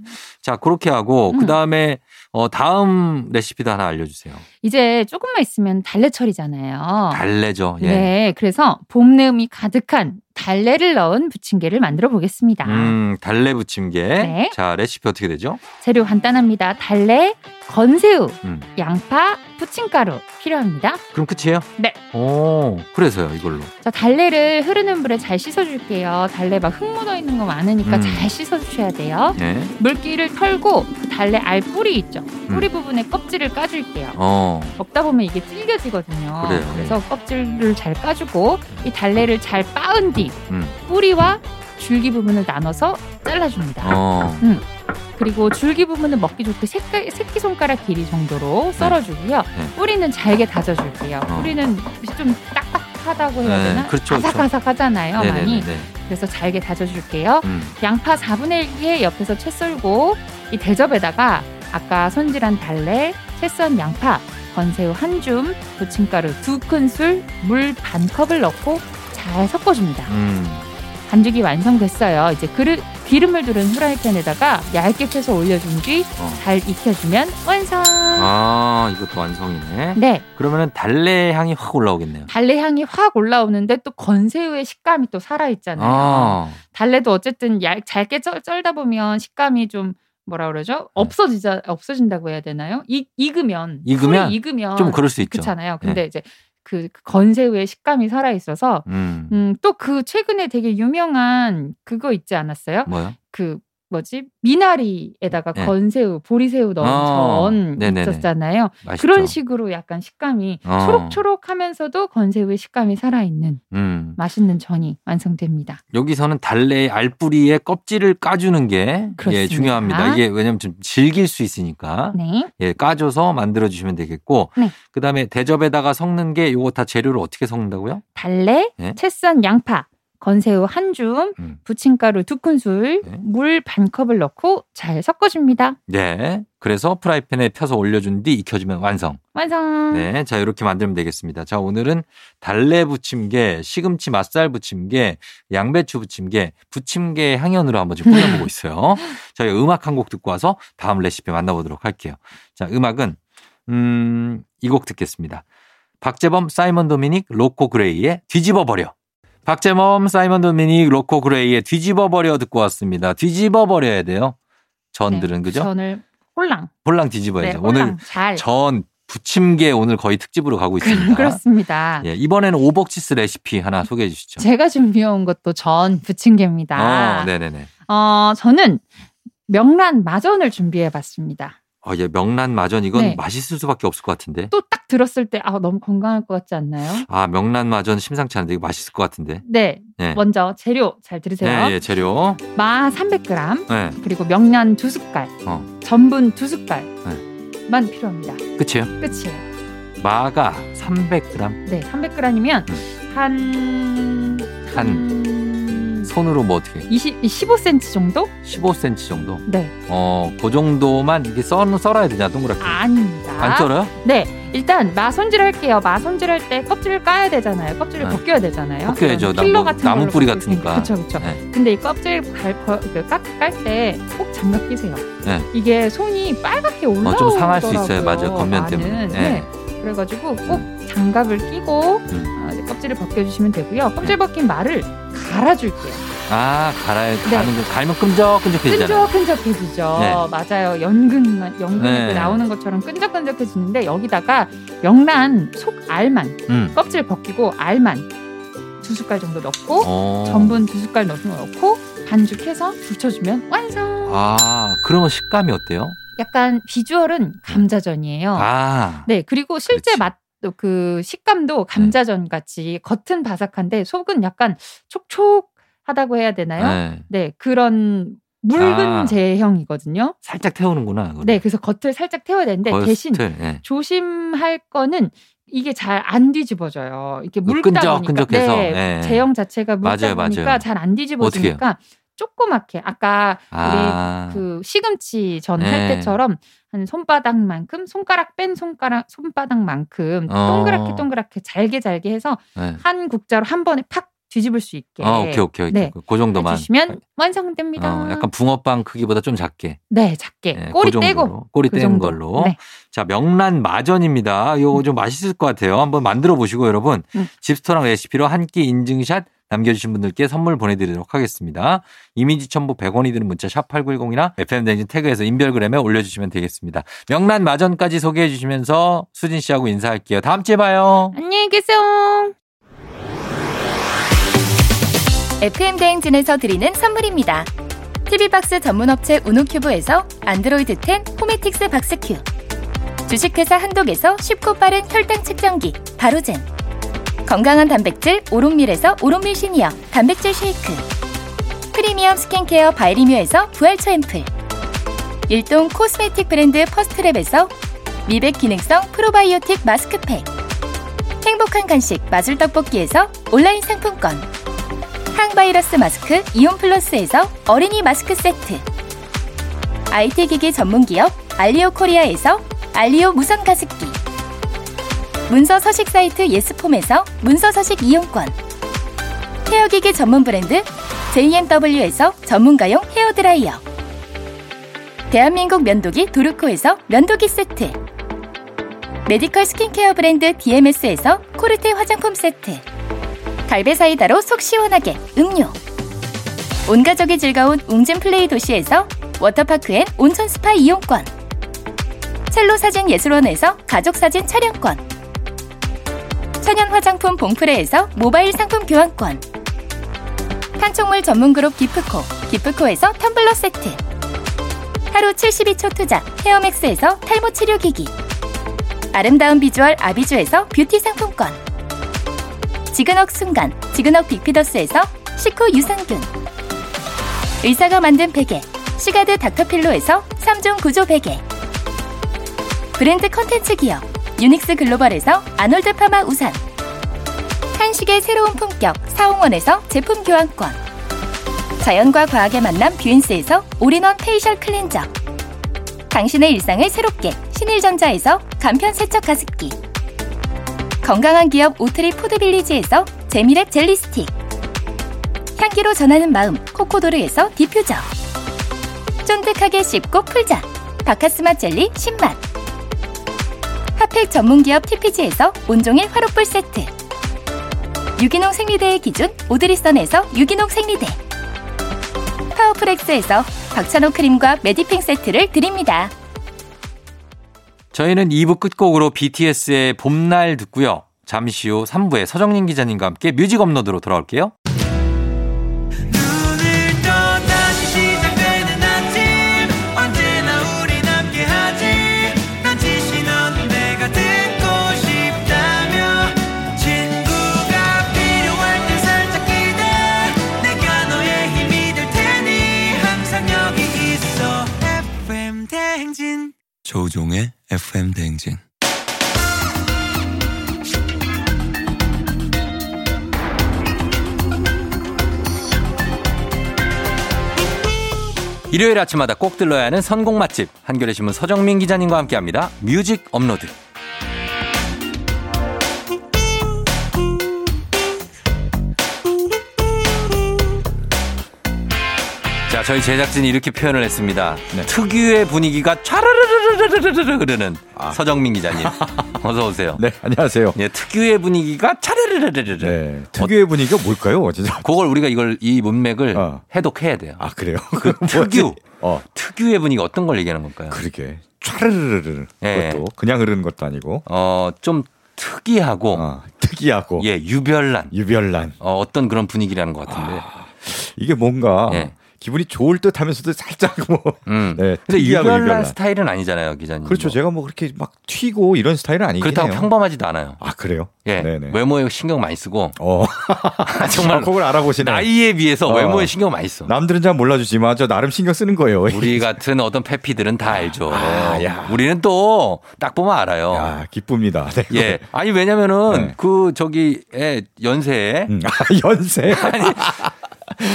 S1: 자 그렇게 하고
S5: 음.
S1: 그 다음에 어, 다음 레시피도 하나 알려주세요.
S5: 이제 조금만 있으면 달래철이잖아요.
S1: 달래죠. 예.
S5: 네, 그래서 봄내음이 가득한 달래를 넣은 부침개를 만들어 보겠습니다.
S1: 음 달래 부침개.
S5: 네.
S1: 자 레시피 어떻게 되죠?
S5: 재료 간단합니다. 달래, 건새우,
S1: 음.
S5: 양파, 부침가루 필요합니다.
S1: 그럼 끝이에요?
S5: 네.
S1: 오 그래서요 이걸로.
S5: 자, 달래를 흐르는 물에 잘 씻어줄게요. 달래 막 흙 묻어 있는 거 많으니까
S1: 음.
S5: 잘 씻어주셔야 돼요.
S1: 예.
S5: 물기를 털고 그 달래 알 뿌리 있죠.
S1: 음.
S5: 뿌리 부분에 껍질을 까줄게요.
S1: 어.
S5: 먹다 보면 이게 질겨지거든요.
S1: 그래요.
S5: 래서 껍질을 잘 까주고 이 달래를 잘 빻은 뒤
S1: 음.
S5: 뿌리와 줄기 부분을 나눠서 잘라줍니다.
S1: 어.
S5: 그리고 줄기 부분은 먹기 좋게 새끼, 새끼손가락 길이 정도로 썰어주고요.
S1: 네.
S5: 뿌리는 잘게 다져줄게요.
S1: 어.
S5: 뿌리는 좀 딱딱하다고 해야
S1: 네,
S5: 되나?
S1: 그렇죠, 그렇죠.
S5: 아삭아삭하잖아요, 많이.
S1: 네네네.
S5: 그래서 잘게 다져줄게요.
S1: 음.
S5: 양파 4분의 1에 옆에서 채 썰고 이 대접에다가 아까 손질한 달래, 채썬 양파, 건새우 한 줌, 부침가루 두 큰술, 물 반 컵을 넣고 잘 섞어줍니다.
S1: 음.
S5: 반죽이 완성됐어요. 이제 그릇 기름을 두른 후라이팬에다가 얇게 펴서 올려준 뒤
S1: 어.
S5: 잘 익혀주면 완성.
S1: 아 이것도 완성이네.
S5: 네,
S1: 그러면은 달래 향이 확 올라오겠네요.
S5: 달래 향이 확 올라오는데 또 건새우의 식감이 또 살아있잖아요. 네.
S1: 아.
S5: 달래도 어쨌든 얇, 잘게 쩔, 쩔다 보면 식감이 좀 뭐라
S1: 네.
S5: 그러죠? 없어지자 없어진다고 해야 되나요? 익, 익으면
S1: 익으면
S5: 풀이 익으면
S1: 아, 좀 그럴 수 있죠. 네.
S5: 그렇잖아요. 근데 이제 그 건새우의 식감이 살아 있어서
S1: 음.
S5: 음, 또 그 최근에 되게 유명한 그거 있지 않았어요?
S1: 뭐요?
S5: 그 뭐지 미나리에다가
S1: 네.
S5: 건새우 보리새우 넣은
S1: 어,
S5: 전
S1: 네네네.
S5: 있었잖아요.
S1: 맛있죠.
S5: 그런 식으로 약간 식감이
S1: 어.
S5: 초록초록하면서도 건새우의 식감이 살아 있는
S1: 음.
S5: 맛있는 전이 완성됩니다.
S1: 여기서는 달래의 알뿌리에 껍질을 까주는 게 예,
S5: 그렇습니다.
S1: 중요합니다. 이게 왜냐면 좀 질길 수 있으니까
S5: 네.
S1: 예, 까줘서 만들어 주시면 되겠고
S5: 네.
S1: 그다음에 대접에다가 섞는 게 요거 다 재료를 어떻게 섞는다고요?
S5: 달래,
S1: 네.
S5: 채썬 양파, 건새우 한 줌,
S1: 음.
S5: 부침가루 두 큰술,
S1: 네.
S5: 물 반 컵을 넣고 잘 섞어줍니다.
S1: 네. 그래서 프라이팬에 펴서 올려준 뒤 익혀주면 완성.
S5: 완성.
S1: 네. 자, 이렇게 만들면 되겠습니다. 자, 오늘은 달래 부침개, 시금치 맛살 부침개, 양배추 부침개, 부침개 향연으로 한번 좀
S5: 네.
S1: 꾸며보고 있어요. 저희 음악 한 곡 듣고 와서 다음 레시피 만나보도록 할게요. 자, 음악은, 음, 이 곡 듣겠습니다. 박재범, 사이먼 도미닉, 로코 그레이의 뒤집어버려. 박재범, 사이먼 도미닉, 로코 그레이의 뒤집어버려 듣고 왔습니다. 뒤집어버려야 돼요. 전들은, 그죠?
S5: 네, 전을 홀랑.
S1: 홀랑 뒤집어야죠.
S5: 네, 홀랑
S1: 오늘
S5: 잘.
S1: 전 부침개 오늘 거의 특집으로 가고 있습니다.
S5: 그렇습니다.
S1: 예, 이번에는 오복치스 레시피 하나 소개해 주시죠.
S5: 제가 준비해온 것도 전 부침개입니다.
S1: 어, 네네네.
S5: 어, 저는 명란 마전을 준비해봤습니다.
S1: 어, 예, 명란 마전 이건
S5: 네.
S1: 맛있을 수밖에 없을 것 같은데.
S5: 또 딱 들었을 때 아, 너무 건강할 것 같지 않나요?
S1: 아, 명란 마전 심상치 않은데 이거 맛있을 것 같은데.
S5: 네,
S1: 예.
S5: 먼저 재료 잘 들으세요.
S1: 네, 예, 재료.
S5: 마 300g,
S1: 네,
S5: 그리고 명란 두 숟갈,
S1: 어.
S5: 전분 두 숟갈만 필요합니다.
S1: 끝이에요.
S5: 끝이에요.
S1: 마가 300g.
S5: 네, 300g이면 한, 음,
S1: 한 손으로 뭐 어떻게
S5: 20, 15cm 정도?
S1: 15cm 정도.
S5: 네,
S1: 어, 그 정도만 이게 썰 썰어야 되냐 동그랗게.
S5: 아닙니다.
S1: 안 썰어요?
S5: 네, 일단 마 손질할게요. 마 손질할 때 껍질을 까야 되잖아요. 껍질을
S1: 네.
S5: 벗겨야 되잖아요.
S1: 벗겨야죠.
S5: 그런 필러
S1: 나무-
S5: 같은
S1: 나무 뿌리 같으니까.
S5: 그렇죠, 그렇죠.
S1: 네.
S5: 근데 이 껍질 그 깔때꼭 장갑 끼세요.
S1: 네.
S5: 이게 손이 빨갛게 올라오더라고요.
S1: 어, 좀 상할 수 있어요. 맞아요. 겉면 때문에.
S5: 많은.
S1: 예.
S5: 네. 그래가지고 꼭 장갑을 끼고 아,
S1: 음. 네.
S5: 어, 이제 껍질을 벗겨주시면 되고요. 껍질 벗긴 말을 갈아줄게요.
S1: 아, 갈아야,
S5: 네.
S1: 가는 거, 갈면 끈적끈적해지잖아요.
S5: 끈적끈적해지죠.
S1: 네.
S5: 맞아요. 연근 연근
S1: 네.
S5: 나오는 것처럼 끈적끈적해지는데 여기다가 명란 속 알만
S1: 음.
S5: 껍질 벗기고 알만 두 숟갈 정도 넣고
S1: 어.
S5: 전분 두 숟갈 넣고 반죽해서 부쳐주면 완성.
S1: 아, 그러면 식감이 어때요?
S5: 약간 비주얼은 감자전이에요.
S1: 아.
S5: 네, 그리고 실제
S1: 그치.
S5: 맛도 그
S1: 네.
S5: 식감도 감자전 같이 겉은 바삭한데 속은 약간 촉촉하다고 해야 되나요?
S1: 네.
S5: 네, 그런 묽은
S1: 아.
S5: 제형이거든요.
S1: 살짝 태우는구나. 그럼.
S5: 네, 그래서 겉을 살짝 태워야 되는데
S1: 거의
S5: 대신
S1: 스틸, 네.
S5: 조심할 거는 이게 잘 안 뒤집어져요. 이렇게 묽다 보니까
S1: 끈적끈적해서.
S5: 네,
S1: 네.
S5: 제형 자체가 묽다
S1: 맞아요, 맞아요.
S5: 보니까 잘 안 뒤집어지니까 조그맣게 아까
S1: 아.
S5: 그 시금치 전 할
S1: 네.
S5: 때처럼 한 손바닥만큼 손가락 뺀 손가락 손바닥만큼
S1: 어.
S5: 동그랗게 동그랗게 잘게 잘게 해서
S1: 네.
S5: 한 국자로 한 번에 팍 뒤집을 수 있게
S1: 어, 오케이, 오케이, 오케이.
S5: 예. 네.
S1: 그 정도만.
S5: 해주시면 완성됩니다.
S1: 어, 약간 붕어빵 크기보다 좀 작게.
S5: 네 작게
S1: 네,
S5: 꼬리
S1: 그
S5: 떼고
S1: 정도로. 꼬리
S5: 그
S1: 떼는
S5: 정도.
S1: 걸로.
S5: 네.
S1: 자, 명란 마전입니다. 요거 좀 맛있을 것 같아요. 한번 만들어 보시고 여러분.
S5: 음.
S1: 집스토랑 레시피로 한 끼 인증샷 남겨주신 분들께 선물 보내드리도록 하겠습니다. 이미지 첨부 100원이 드는 문자 샵 8910이나 FM대행진 태그에서 인별그램에 올려주시면 되겠습니다. 명란 마전까지 소개해 주시면서 수진 씨하고 인사할게요. 다음 주에 봐요.
S5: 안녕히 계세요.
S6: FM 대행진에서 드리는 선물입니다. TV 박스 전문 업체 우노큐브에서 안드로이드 10 호메틱스 박스큐. 주식회사 한독에서 쉽고 빠른 혈당 측정기 바로젠. 건강한 단백질 오롯밀에서 오롯밀 시니어 단백질 쉐이크. 프리미엄 스킨케어 바이리뮤에서 부활초 앰플. 일동 코스메틱 브랜드 퍼스트랩에서 미백 기능성 프로바이오틱 마스크팩. 행복한 간식 마술 떡볶이에서 온라인 상품권. 항바이러스 마스크 이온 플러스에서 어린이 마스크 세트. IT 기기 전문 기업 알리오 코리아에서 알리오 무선 가습기. 문서 서식 사이트 예스폼에서 문서 서식 이용권. 헤어 기기 전문 브랜드 JMW에서 전문가용 헤어 드라이어. 대한민국 면도기 도르코에서 면도기 세트. 메디컬 스킨케어 브랜드 DMS에서 코르테 화장품 세트. 갈베사이다로 속 시원하게 음료 온가족이 즐거운 웅진플레이 도시에서 워터파크 엔 온천 스파 이용권 첼로 사진 예술원에서 가족사진 촬영권 천연 화장품 봉프레에서 모바일 상품 교환권 탄촉물 전문그룹 기프코 기프코에서 텀블러 세트 하루 72초 투자 헤어맥스에서 탈모 치료기기 아름다운 비주얼 아비주에서 뷰티 상품권 지그넉 순간, 지그넉 빅피더스에서 식후 유산균. 의사가 만든 베개, 시가드 닥터필로에서 3종 구조 베개. 브랜드 컨텐츠 기업, 유닉스 글로벌에서 아놀드 파마 우산. 한식의 새로운 품격, 사홍원에서 제품 교환권. 자연과 과학의 만남 뷰인스에서 올인원 페이셜 클렌저. 당신의 일상을 새롭게 신일전자에서 간편 세척 가습기. 건강한 기업 오트리 포드빌리지에서 재미랩 젤리 스틱 향기로 전하는 마음 코코도르에서 디퓨저 쫀득하게 씹고 풀자 바카스맛 젤리 신맛 핫팩 전문기업 TPG에서 온종일 화롯불 세트 유기농 생리대의 기준 오드리선에서 유기농 생리대 파워풀엑스에서 박찬호 크림과 메디핑 세트를 드립니다.
S1: 저희는 2부 끝곡으로 BTS의 봄날 듣고요. 잠시 후 3부에 서정민 기자님과 함께 뮤직 업로드로 돌아올게요.
S4: 눈을 떠 다시 시작되는 아침 언제나 우린 함께하지 난 지시 넌 내가 듣고 싶다며 친구가 필요할 때 살짝 기대 내가 너의 힘이 될 테니 항상 여기 있어 FM 대행진
S7: 조우종의 FM 대행진.
S1: 일요일 아침마다 꼭 들러야 하는 선곡 맛집 한겨레 신문 서정민 기자님과 함께합니다. 뮤직 업로드. 자, 저희 제작진이 이렇게 표현을 했습니다.
S8: 네.
S1: 특유의 분위기가 차르르르르르르르 흐르는 서정민 기자님. 어서 오세요.
S8: 아. 네, 안녕하세요.
S1: 예, 특유의 분위기가 차르르 르르르르르.
S8: 네.
S1: 어.
S8: 특유의 분위기가 뭘까요? 진짜.
S1: 그걸 우리가 이걸 이 문맥을
S8: 어.
S1: 해독해야 돼요.
S8: 아, 그래요?
S1: 그
S8: 뭐지?
S1: 특유
S8: 어,
S1: 특유의 분위기 어떤 걸 얘기하는 걸까요?
S8: 그러게. 촤르르르르.
S1: 예.
S8: 그것도 그냥 흐르는 것도 아니고.
S1: 어 좀 특이하고
S8: 어, 특이하고.
S1: 예 유별난
S8: 유별난.
S1: 어, 어떤 그런 분위기라는 것 같은데.
S8: 아, 이게 뭔가
S1: 예.
S8: 기분이 좋을 듯 하면서도 살짝 뭐.
S1: 음.
S8: 네,
S1: 근데
S8: 특이하고
S1: 유별난,
S8: 유별난.
S1: 스타일은 아니잖아요, 기자님.
S8: 그렇죠.
S1: 뭐.
S8: 제가 뭐 그렇게 막 튀고 이런 스타일은 아니긴
S1: 그렇다고
S8: 해요.
S1: 평범하지도 않아요.
S8: 아, 그래요?
S1: 예.
S8: 네네.
S1: 외모에 신경 많이 쓰고
S8: 어.
S1: 정말
S8: 그걸 알아보시네.
S1: 나이에 비해서
S8: 어.
S1: 외모에 신경 많이 써.
S8: 남들은 잘 몰라주지만 저 나름 신경 쓰는 거예요.
S1: 우리 같은 어떤 패피들은 다 알죠.
S8: 아, 야.
S1: 우리는 또 딱 보면 알아요.
S8: 야, 기쁩니다. 네.
S1: 예. 아니 왜냐면은
S8: 네.
S1: 그 저기 예, 연세에
S8: 음, 아, 연세.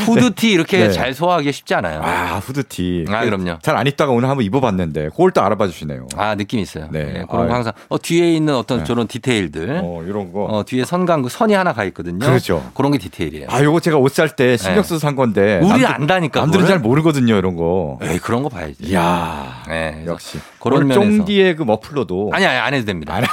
S1: 후드티 이렇게
S8: 네.
S1: 잘 소화하기 쉽지 않아요. 아,
S8: 아, 후드티.
S1: 아, 그럼요.
S8: 잘 안 입다가 오늘 한번 입어봤는데, 그걸 또 알아봐 주시네요.
S1: 느낌 있어요.
S8: 네.
S1: 예, 그런
S8: 아유.
S1: 거 항상 어, 뒤에 있는 어떤
S8: 네.
S1: 저런 디테일들. 어.
S8: 어, 이런 거.
S1: 뒤에 선강 그 선이 하나 가 있거든요.
S8: 그렇죠.
S1: 그런 게 디테일이에요.
S8: 아, 요거 제가 옷 살 때
S1: 네.
S8: 신경 써서 산 건데.
S1: 우리
S8: 남들-
S1: 안다니까.
S8: 남들은
S1: 그거를.
S8: 잘 모르거든요, 이런 거.
S1: 에이, 그런 거 봐야지.
S8: 이야.
S1: 예, 그래서
S8: 역시.
S1: 그런
S8: 오늘
S1: 면에서.
S8: 쫑디의 그 머플러도.
S1: 아니, 아니, 안 해도 됩니다. 안,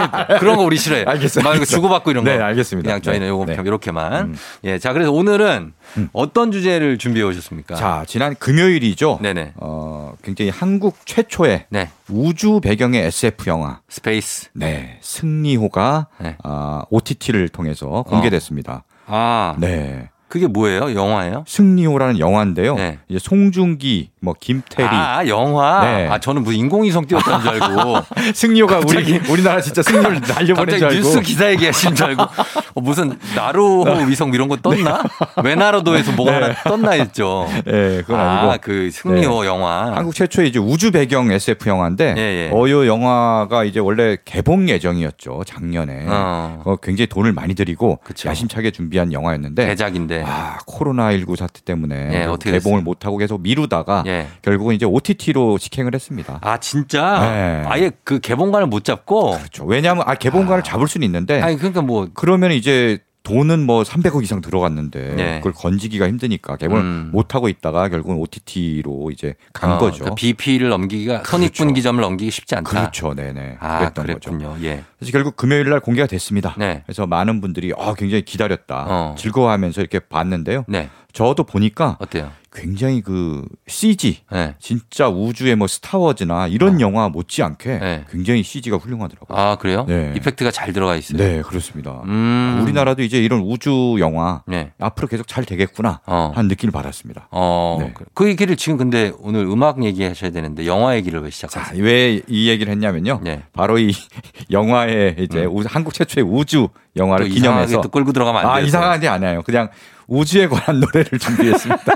S1: 해도 돼요. 그런 거 우리 싫어해요.
S8: 알겠어요,
S1: 막 이거
S8: 알겠어요.
S1: 주고받고 이런 거.
S8: 네, 알겠습니다.
S1: 그냥 저희는
S8: 네,
S1: 요거
S8: 네.
S1: 이렇게만. 예, 자, 그래서 오늘은 어떤 주제를 준비해 오셨습니까?
S8: 자, 지난 금요일이죠.
S1: 네네.
S8: 어, 굉장히 한국 최초의
S1: 네.
S8: 우주 배경의 SF 영화.
S1: 스페이스.
S8: 네, 승리호가
S1: 네.
S8: 아, OTT를 통해서 공개됐습니다.
S1: 아,
S8: 네.
S1: 그게 뭐예요? 영화예요?
S8: 승리호라는 영화인데요.
S1: 네.
S8: 이제 송중기, 뭐 김태리,
S1: 아, 영화.
S8: 네.
S1: 아, 저는 무슨 인공위성 띄웠다는 줄 알고.
S8: 승리호가
S1: 갑자기-
S8: 우리 우리나라 진짜 승리를 날려보낸
S1: 갑자기
S8: 줄 알고.
S1: 뉴스 기사 얘기하신 줄 알고 어, 무슨 나루호 위성 이런 거 떴나? 외나라도에서 뭐가 하나 떴나 했죠.
S8: 네, 그건
S1: 아,
S8: 아니고. 네.
S1: 그 승리호 영화.
S8: 한국 최초의 이제 우주 배경 SF 영화인데
S1: 예, 예.
S8: 어요 영화가 이제 원래 개봉 예정이었죠 작년에
S1: 어.
S8: 어, 굉장히 돈을 많이 들이고
S1: 그쵸.
S8: 야심차게 준비한 영화였는데
S1: 대작인데.
S8: 아 코로나 19 사태 때문에
S1: 예, 어떻게
S8: 개봉을
S1: 됐어요?
S8: 못 하고 계속 미루다가
S1: 예.
S8: 결국은 이제 OTT로 직행을 했습니다.
S1: 아 진짜
S8: 네.
S1: 아예 그 개봉관을 못 잡고
S8: 그렇죠. 왜냐하면 아 개봉관을 잡을 수는 있는데
S1: 아니 그러니까 뭐
S8: 그러면 이제 돈은 뭐 300억 이상 들어갔는데
S1: 네.
S8: 그걸 건지기가 힘드니까 개봉을
S1: 음.
S8: 못 하고 있다가 결국은 OTT로 이제 간
S1: 어,
S8: 거죠.
S1: 그러니까 BP를 넘기기가 선입분
S8: 그렇죠.
S1: 기점을 넘기기 쉽지 않다.
S8: 그렇죠, 네네.
S1: 아
S8: 그랬던 거죠.
S1: 그랬군요. 예.
S8: 그래서 결국 금요일 날 공개가 됐습니다.
S1: 네.
S8: 그래서 많은 분들이 아 굉장히 기다렸다,
S1: 어.
S8: 즐거워하면서 이렇게 봤는데요.
S1: 네.
S8: 저도 보니까
S1: 어때요?
S8: 굉장히 그 CG
S1: 네.
S8: 진짜 우주의 뭐 스타워즈나 이런 영화 못지않게
S1: 어. 네.
S8: 굉장히 CG가 훌륭하더라고요.
S1: 아 그래요?
S8: 네.
S1: 이펙트가 잘 들어가 있어요.
S8: 네, 그렇습니다.
S1: 음.
S8: 우리나라도 이제 이런 우주 영화
S1: 네.
S8: 앞으로 계속 잘 되겠구나
S1: 어.
S8: 하는 느낌을 받았습니다.
S1: 어.
S8: 네.
S1: 그- 그 얘기를 지금 근데 오늘 음악 얘기하셔야 되는데 영화 얘기를 왜
S8: 자,
S1: 시작하세요?
S8: 아, 왜 이 얘기를 했냐면요.
S1: 아, 네. 음.
S8: 바로 이 영화의 이제 우- 한국 최초의 우주 영화를
S1: 또 이상하게
S8: 기념해서
S1: 또 끌고 들어가면 안
S8: 아,
S1: 돼요.
S8: 이상하지 않아요. 그냥 우주에 관한 노래를 준비했습니다.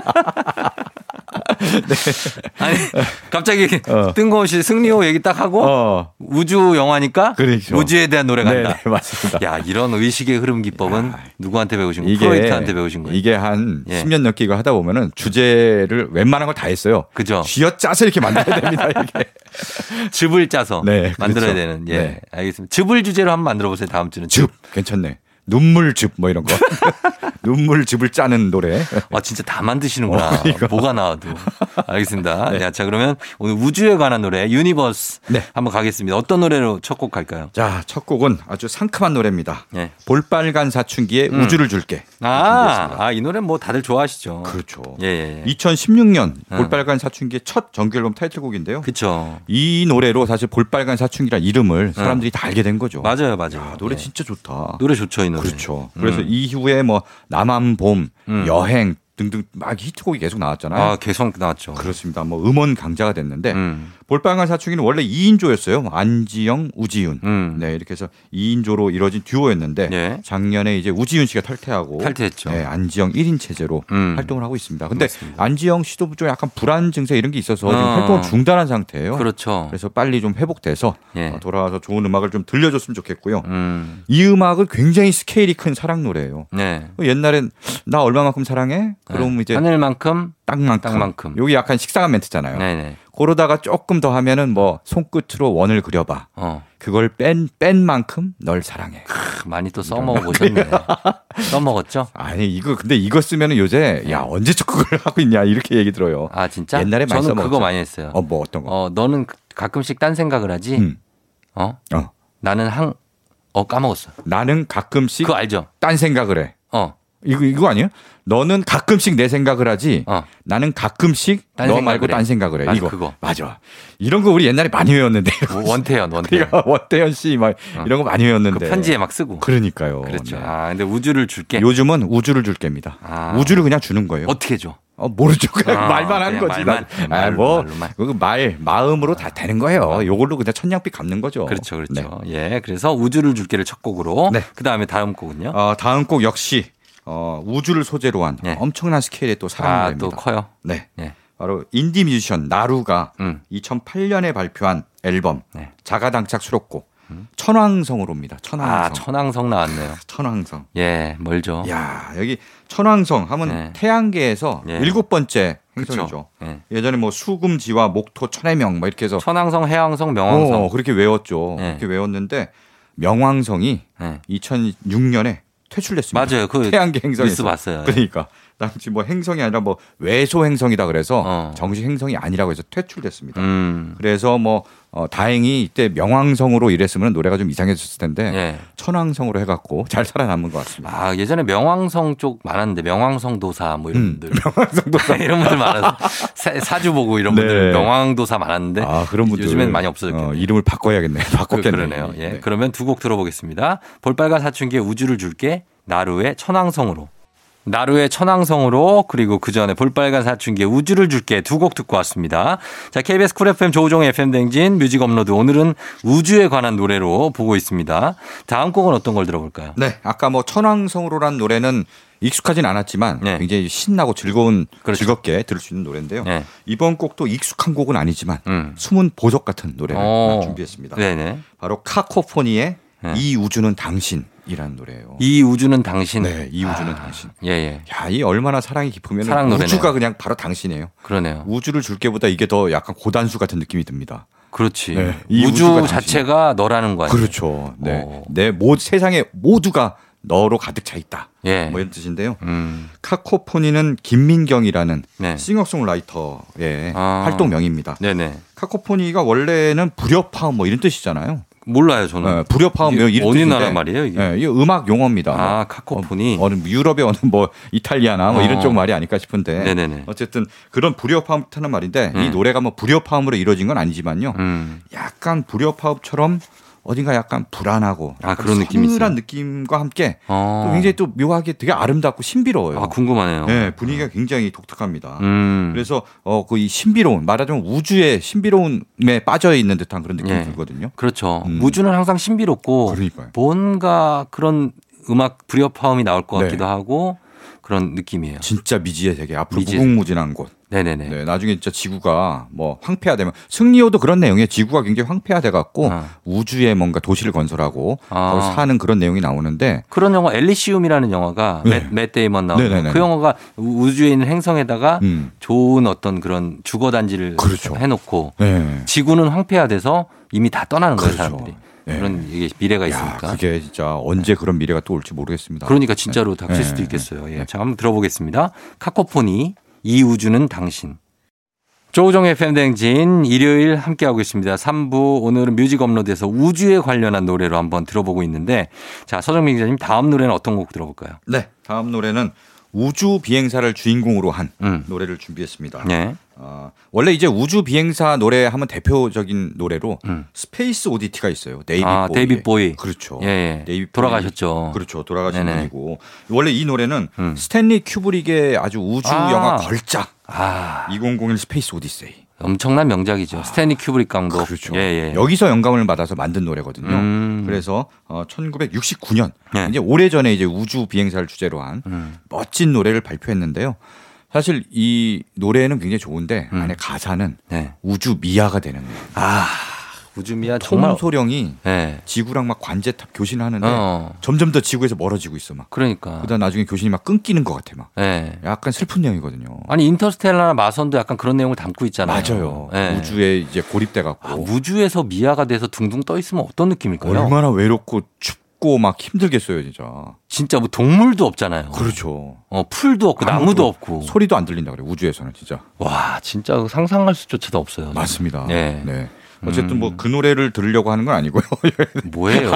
S1: 아니 갑자기
S8: 어.
S1: 뜬금없이 승리호 얘기 딱 하고
S8: 어.
S1: 우주 영화니까
S8: 그렇죠.
S1: 우주에 대한 노래가
S8: 네,
S1: 다
S8: 네, 맞습니다.
S1: 야 이런 의식의 흐름 기법은 누구한테 배우신 거예요?
S8: 이게
S1: 프로이트한테 배우신 거예요?
S8: 이게 한
S1: 예.
S8: 10년 넘게 이거 하다 보면은 주제를 웬만한 걸 다 했어요.
S1: 그죠.
S8: 쥐어짜서 이렇게 만들어야 됩니다. 이게.
S1: 즙을 짜서
S8: 네,
S1: 만들어야
S8: 그렇죠.
S1: 되는 예
S8: 네.
S1: 알겠습니다. 즙을 주제로 한번 만들어 보세요. 다음 주는
S8: 즙 괜찮네. 눈물 즙뭐 이런 거. 눈물 즙을 짜는 노래.
S1: 아 진짜 다 만드시는구나.
S8: 어,
S1: 뭐가 나와도 알겠습니다. 야, 자 그러면 오늘 우주에 관한 노래 유니버스
S8: 네.
S1: 한번 가겠습니다. 어떤 노래로 첫 곡 갈까요?
S8: 자, 첫 곡은 아주 상큼한 노래입니다.
S1: 예. 음.
S8: 볼빨간 사춘기에 우주를 줄게.
S1: 아, 아, 이 노래 뭐 다들 좋아하시죠.
S8: 네, 그렇죠.
S1: 예, 예, 예.
S8: 2016년 볼빨간 사춘기의 첫 정규앨범 타이틀곡인데요. 어.
S1: 그쵸.
S8: 이 노래로 사실 볼빨간 사춘기란 이름을 사람들이 다 알게 된 거죠.
S1: 음. 맞아요, 맞아요.
S8: 아, 노래
S1: 예.
S8: 진짜 좋다.
S1: 노래 음. 좋죠, 이 노래.
S8: 그렇죠. 그래서 이후에 뭐 남한봄, 여행 등등 막 히트곡이 계속 나왔잖아요.
S1: 음. 아, 개성 나왔죠.
S8: 네. 그렇습니다. 뭐 음원 강자가 됐는데
S1: 음.
S8: 볼빨간 사춘기는 원래 2인조였어요. 안지영, 우지윤.
S1: 음.
S8: 네, 이렇게 해서 2인조로 이루어진 듀오였는데
S1: 예.
S8: 작년에 이제 우지윤 씨가 탈퇴하고
S1: 탈퇴했죠.
S8: 네, 안지영 1인 체제로
S1: 음.
S8: 활동을 하고 있습니다. 근데 안지영 씨도 좀 약간 불안 증세 이런 게 있어서 지금
S1: 어.
S8: 활동을 중단한 상태예요.
S1: 그렇죠.
S8: 그래서 빨리 좀 회복돼서
S1: 예.
S8: 어, 돌아와서 좋은 음악을 좀 들려줬으면 좋겠고요.
S1: 음.
S8: 이 음악은 굉장히 스케일이 큰 사랑 노래예요. 뭐
S1: 네.
S8: 옛날엔 나 얼마만큼 사랑해? 그럼
S1: 네.
S8: 이제
S1: 하늘만큼
S8: 땅만큼.
S1: 땅만큼.
S8: 여기 약간 식상한 멘트잖아요.
S1: 네네.
S8: 그러다가 조금 더 하면은 뭐 손끝으로 원을 그려봐.
S1: 어.
S8: 그걸 뺀, 뺀 만큼 널 사랑해.
S1: 크, 많이 또 써먹어 보셨네. 써먹었죠?
S8: 아니, 이거, 근데 이거 쓰면은 요새, 야,
S1: 네.
S8: 언제 그걸 하고 있냐, 이렇게 얘기 들어요.
S1: 아, 진짜?
S8: 옛날에 많이
S1: 저는 그거
S8: 써먹었죠.
S1: 많이 아. 했어요.
S8: 어, 뭐 어떤 거?
S1: 어, 너는 가끔씩 딴 생각을 하지?
S8: 음.
S1: 어?
S8: 어.
S1: 나는 항, 어 까먹었어.
S8: 나는 가끔씩
S1: 그거 아- 알죠?
S8: 딴 생각을 해.
S1: 어.
S8: 이거 이거 아니에요? 너는 가끔씩 내 생각을 하지.
S1: 어.
S8: 나는 가끔씩
S1: 딴
S8: 너
S1: 생각을
S8: 말고
S1: 해.
S8: 딴 생각을 해.
S1: 난
S8: 이거
S1: 그거.
S8: 맞아. 이런 거 우리 옛날에 많이 외웠는데.
S1: 뭐 원태현 원태현.
S8: 우리가 원태현 씨 막 이런 거 많이
S1: 그
S8: 외웠는데.
S1: 편지에 막 쓰고.
S8: 그러니까요.
S1: 그렇죠.
S8: 네.
S1: 아 근데 우주를 줄게.
S8: 요즘은 우주를 줄 게입니다.
S1: 아.
S8: 우주를 그냥 주는 거예요.
S1: 어떻게 줘?
S8: 어, 모르죠. 그냥
S1: 아,
S8: 말만 한
S1: 그냥
S8: 거지.
S1: 말만.
S8: 난- 아,
S1: 말로,
S8: 뭐,
S1: 말로만. 아.
S8: 그거 말, 마음으로 다 되는 거예요. 요걸로 그냥 천냥빚 갚는 거죠.
S1: 그렇죠,
S8: 네.
S1: 그렇죠. 예, 그래서 우주를 줄게를 첫 곡으로.
S8: 네.
S1: 그 다음에 다음 곡은요.
S8: 어, 다음 곡 역시, 어, 우주를 소재로 한
S1: 네.
S8: 엄청난 스케일의 또
S1: 아,
S8: 사랑입니다.
S1: 또 커요.
S8: 네.
S1: 예.
S8: 바로 인디 뮤지션 나루가
S1: 음.
S8: 2008년에 발표한 앨범,
S1: 네.
S8: 자가당착 수록곡, 천왕성으로입니다. 천왕성.
S1: 음. 아, 천왕성 나왔네요.
S8: 천왕성.
S1: 예, 멀죠.
S8: 야 여기 천왕성 하면
S1: 네.
S8: 태양계에서
S1: 예.
S8: 일곱 번째 행성이죠.
S1: 그렇죠. 예.
S8: 예전에 뭐 수금지와 목토 천해명 막 이렇게 해서
S1: 천왕성, 해왕성, 명왕성.
S8: 어, 그렇게 외웠죠.
S1: 네.
S8: 그렇게 외웠는데 명왕성이
S1: 네.
S8: 2006년에 퇴출됐습니다.
S1: 맞아요. 그
S8: 태양계 행성에서
S1: 뉴스 봤어요. 예.
S8: 그러니까 당시 뭐 행성이 아니라 뭐 외소 행성이다 그래서
S1: 어.
S8: 정식 행성이 아니라고 해서 퇴출됐습니다.
S1: 음.
S8: 그래서 뭐 어, 다행히 이때 명왕성으로 이랬으면 노래가 좀 이상해졌을 텐데
S1: 예.
S8: 천왕성으로 해갖고 잘 살아남은 것 같습니다.
S1: 아, 예전에 명왕성 쪽 많았는데 명왕성 도사 뭐 이런 분들.
S8: 음, 명왕성 도사.
S1: 이런 분들 많아서 사- 사주 보고 이런 분들
S8: 네. 아,
S1: 명왕도사 많았는데 네. 요즘엔 많이 없어졌겠네요.
S8: 어, 이름을 바꿔야겠네요.
S1: 그,
S8: 바꿨겠네요.
S1: 그러네요. 예.
S8: 네.
S1: 그러면 두 곡 들어보겠습니다. 볼빨간 사춘기의 우주를 줄게, 나루의 천왕성으로. 나루의 천왕성으로 그리고 그 전에 볼빨간 사춘기의 우주를 줄게 두 곡 듣고 왔습니다. 자 KBS 쿨 FM 조우종 FM 댕진 뮤직 업로드 오늘은 우주에 관한 노래로 보고 있습니다. 다음 곡은 어떤 걸 들어볼까요?
S8: 네, 아까 뭐 천왕성으로란 노래는 익숙하진 않았지만
S1: 네.
S8: 굉장히 신나고 즐거운
S1: 그렇죠.
S8: 즐겁게 들을 수 있는 노래인데요.
S1: 네.
S8: 이번 곡도 익숙한 곡은 아니지만
S1: 음.
S8: 숨은 보석 같은 노래를
S1: 어.
S8: 하나 네, 준비했습니다.
S1: 네네.
S8: 바로 카코포니의
S1: 네.
S8: 이 우주는 당신이라는 노래예요.
S1: 이 우주는 당신. 아,
S8: 네, 이 우주는 당신.
S1: 예예.
S8: 야, 이 얼마나 사랑이 깊으면
S1: 사랑 노래네요. 어.
S8: 우주가 그냥 바로 당신이에요.
S1: 그러네요.
S8: 우주를 줄게보다 이게 더 약간 고단수 같은 느낌이 듭니다.
S1: 그렇지.
S8: 네, 이 우주가
S1: 우주
S8: 당신.
S1: 자체가 너라는 거 아니에요?
S8: 그렇죠. 네,
S1: 어.
S8: 내 모, 세상에 모두가 너로 가득 차 있다.
S1: 예.
S8: 뭐 이런 뜻인데요.
S1: 음.
S8: 카코포니는 김민경이라는
S1: 네.
S8: 싱어송라이터의
S1: 아.
S8: 활동명입니다.
S1: 네네.
S8: 카코포니가 원래는 불협화음 뭐 이런 뜻이잖아요.
S1: 몰라요 저는.
S8: 네, 불협화음
S1: 이게
S8: 뭐 이런
S1: 어느
S8: 뜻인데
S1: 나라 말이에요, 이게?
S8: 네, 이게 음악 용어입니다.
S1: 아, 카코포니.
S8: 어, 느 유럽의 어느 뭐 이탈리아나 뭐
S1: 어.
S8: 이런 쪽 말이 아닐까 싶은데.
S1: 네네네.
S8: 어쨌든 그런 불협화음이라는 말인데 이
S1: 음.
S8: 노래가 뭐 불협화음으로 이루어진 건 아니지만요.
S1: 음.
S8: 약간 불협화음처럼 어딘가 약간 불안하고
S1: 아,
S8: 약간
S1: 그런 느낌이
S8: 서늘한
S1: 있어요?
S8: 느낌과 함께
S1: 어.
S8: 또 굉장히 또 묘하게 되게 아름답고 신비로워요.
S1: 아 궁금하네요.
S8: 네, 분위기가 굉장히 독특합니다.
S1: 음.
S8: 그래서 어, 그 이 신비로운 말하자면 우주의 신비로움에 빠져 있는 듯한 그런 느낌이
S1: 예.
S8: 들거든요.
S1: 그렇죠.
S8: 음. 그렇죠.
S1: 우주는 항상 신비롭고
S8: 그러니까요.
S1: 뭔가 그런 음악 불협화음이 나올 것
S8: 네.
S1: 같기도 하고 그런 느낌이에요.
S8: 진짜 미지의 세계 앞으로
S1: 미지의
S8: 무궁무진한 곳.
S1: 네네네.
S8: 네, 나중에 진짜 지구가 뭐 황폐화되면 승리호도 그런 내용이에요. 지구가 굉장히 황폐화돼 갖고
S1: 아.
S8: 우주에 뭔가 도시를 건설하고
S1: 아.
S8: 거기 어, 사는 그런 내용이 나오는데
S1: 그런 영화 엘리시움이라는 영화가
S8: 네.
S1: 맷, 맷 데이먼 나오는
S8: 네네네.
S1: 그 영화가 우- 우주에 있는 행성에다가
S8: 음.
S1: 좋은 어떤 그런 주거 단지를
S8: 그렇죠.
S1: 해놓고
S8: 네.
S1: 지구는 황폐화돼서 이미 다 떠나는 거예요
S8: 그렇죠.
S1: 사람들이.
S8: 네.
S1: 그런 이게 미래가
S8: 야,
S1: 있으니까. 네.
S8: 그게 진짜 언제 그런 미래가 또 올지 모르겠습니다.
S1: 그러니까 진짜로 닥칠
S8: 네.
S1: 수도
S8: 네.
S1: 있겠어요. 예.
S8: 네.
S1: 자, 한번 들어보겠습니다. 카코포니, 이 우주는 당신. 조우종의 팬댕진 일요일 함께하고 있습니다. 3부 오늘은 뮤직 업로드에서 우주에 관련한 노래로 한번 들어보고 있는데 자 서정민 기자님 다음 노래는 어떤 곡 들어볼까요?
S8: 네, 다음 노래는 우주 비행사를 주인공으로 한
S1: 음.
S8: 노래를 준비했습니다.
S1: 예.
S8: 어, 원래 이제 우주 비행사 노래 하면 대표적인 노래로
S1: 음.
S8: 스페이스 오디티가 있어요. 데이비
S1: 아,
S8: 보이.
S1: 데이빗 보이.
S8: 그렇죠.
S1: 예, 예.
S8: 데이빗 보이.
S1: 돌아가셨죠.
S8: 그렇죠. 돌아가신
S1: 네네.
S8: 분이고 원래 이 노래는
S1: 음.
S8: 스탠리 큐브릭의 아주 우주
S1: 아.
S8: 영화 걸작
S1: 아
S8: 2001 스페이스 오디세이.
S1: 엄청난 명작이죠. 스탠리 큐브릭 감독.
S8: 아, 그렇죠.
S1: 예, 예.
S8: 여기서 영감을 받아서 만든 노래거든요.
S1: 음.
S8: 그래서 어, 1969년
S1: 네.
S8: 이제 오래 전에 이제 우주 비행사를 주제로 한
S1: 음.
S8: 멋진 노래를 발표했는데요. 사실 이 노래는 굉장히 좋은데
S1: 음.
S8: 안에 가사는
S1: 네.
S8: 우주 미아가 되는 거예요.
S1: 아 우주미야 정말.
S8: 정말 소령이
S1: 예.
S8: 지구랑 막 관제탑 교신하는데
S1: 어.
S8: 점점 더 지구에서 멀어지고 있어 막.
S1: 그러니까.
S8: 그다 음 나중에 교신이 막 끊기는 것 같아 막.
S1: 예.
S8: 약간 슬픈 내용이거든요.
S1: 아니 인터스텔라나 마선도 약간 그런 내용을 담고 있잖아요.
S8: 맞아요.
S1: 예.
S8: 우주에 이제 고립돼
S1: 아,
S8: 갖고
S1: 우주에서 미아가 돼서 둥둥 떠 있으면 어떤 느낌일까요?
S8: 얼마나 외롭고 춥고 막 힘들겠어요 진짜.
S1: 진짜 뭐 동물도 없잖아요.
S8: 그렇죠.
S1: 어, 풀도 없고 나무도 없고.
S8: 소리도 안 들린다 그래 요 우주에서는 진짜.
S1: 와, 진짜 상상할 수조차도 없어요.
S8: 맞습니다.
S1: 네.
S8: 네. 어쨌든
S1: 음.
S8: 뭐 그 노래를 들으려고 하는 건 아니고요.
S1: 뭐예요?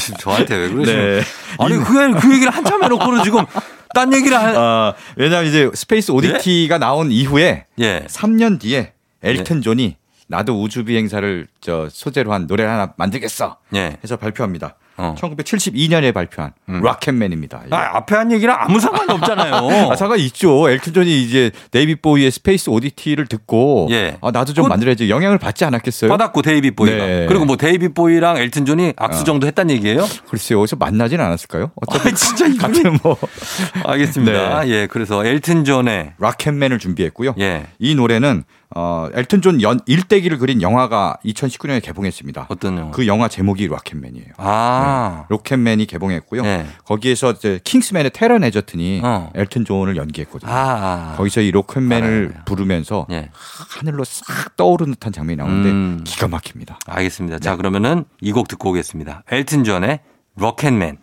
S1: 지금 저한테 왜 그러시는?
S8: 네.
S1: 아니 그, 그 얘기를 한참 해놓고는 지금 딴 얘기를 하...
S8: 아, 왜냐면 이제 스페이스 오디티가
S1: 네?
S8: 나온 이후에
S1: 예.
S8: 3년 뒤에
S1: 네.
S8: 엘튼 존이 나도 우주 비행사를 저 소재로 한 노래를 하나 만들겠어.
S1: 예.
S8: 해서 발표합니다.
S1: 어. 음.
S8: 1972년에 발표한 락켓맨입니다. 이거.
S1: 아, 어. 앞에 한 얘기랑 아무 상관이 없잖아요.
S8: 아, 잠깐 있죠. 엘튼 존이 이제 데이비 보이의 스페이스 오디티를 듣고
S1: 예.
S8: 아, 나도 좀
S1: 그건-
S8: 만들어야지 영향을 받지 않았겠어요?
S1: 받았고 데이비 보이가
S8: 네.
S1: 그리고 뭐 데이비 보이랑 엘튼 존이 악수 정도 했단 얘기예요?
S8: 글쎄요. 어디서 만나진 않았을까요? 어차피
S1: 아, 진짜 이게-
S8: 같은 뭐
S1: 알겠습니다.
S8: 네.
S1: 예, 그래서 엘튼 존의
S8: 락켓맨을 준비했고요.
S1: 예
S8: 이 노래는 어, 엘튼 존 연 일대기를 그린 영화가 2019년에 개봉했습니다.
S1: 어떤 영화?
S8: 그 영화 제목이 락켓맨이에요.
S1: 아
S8: 로켓맨이 개봉했고요.
S1: 예.
S8: 거기에서 이제 킹스맨의 테런 에저튼이
S1: 어.
S8: 엘튼 존을 연기했거든요.
S1: 아,
S8: 거기서 이 로켓맨을
S1: 알아요.
S8: 부르면서
S1: 예
S8: 하늘로 싹 떠오르는 듯한 장면이 나오는데
S1: 음.
S8: 기가 막힙니다.
S1: 알겠습니다. 자 그러면은 이 곡 듣고 오겠습니다. 엘튼 존의 럭앤맨.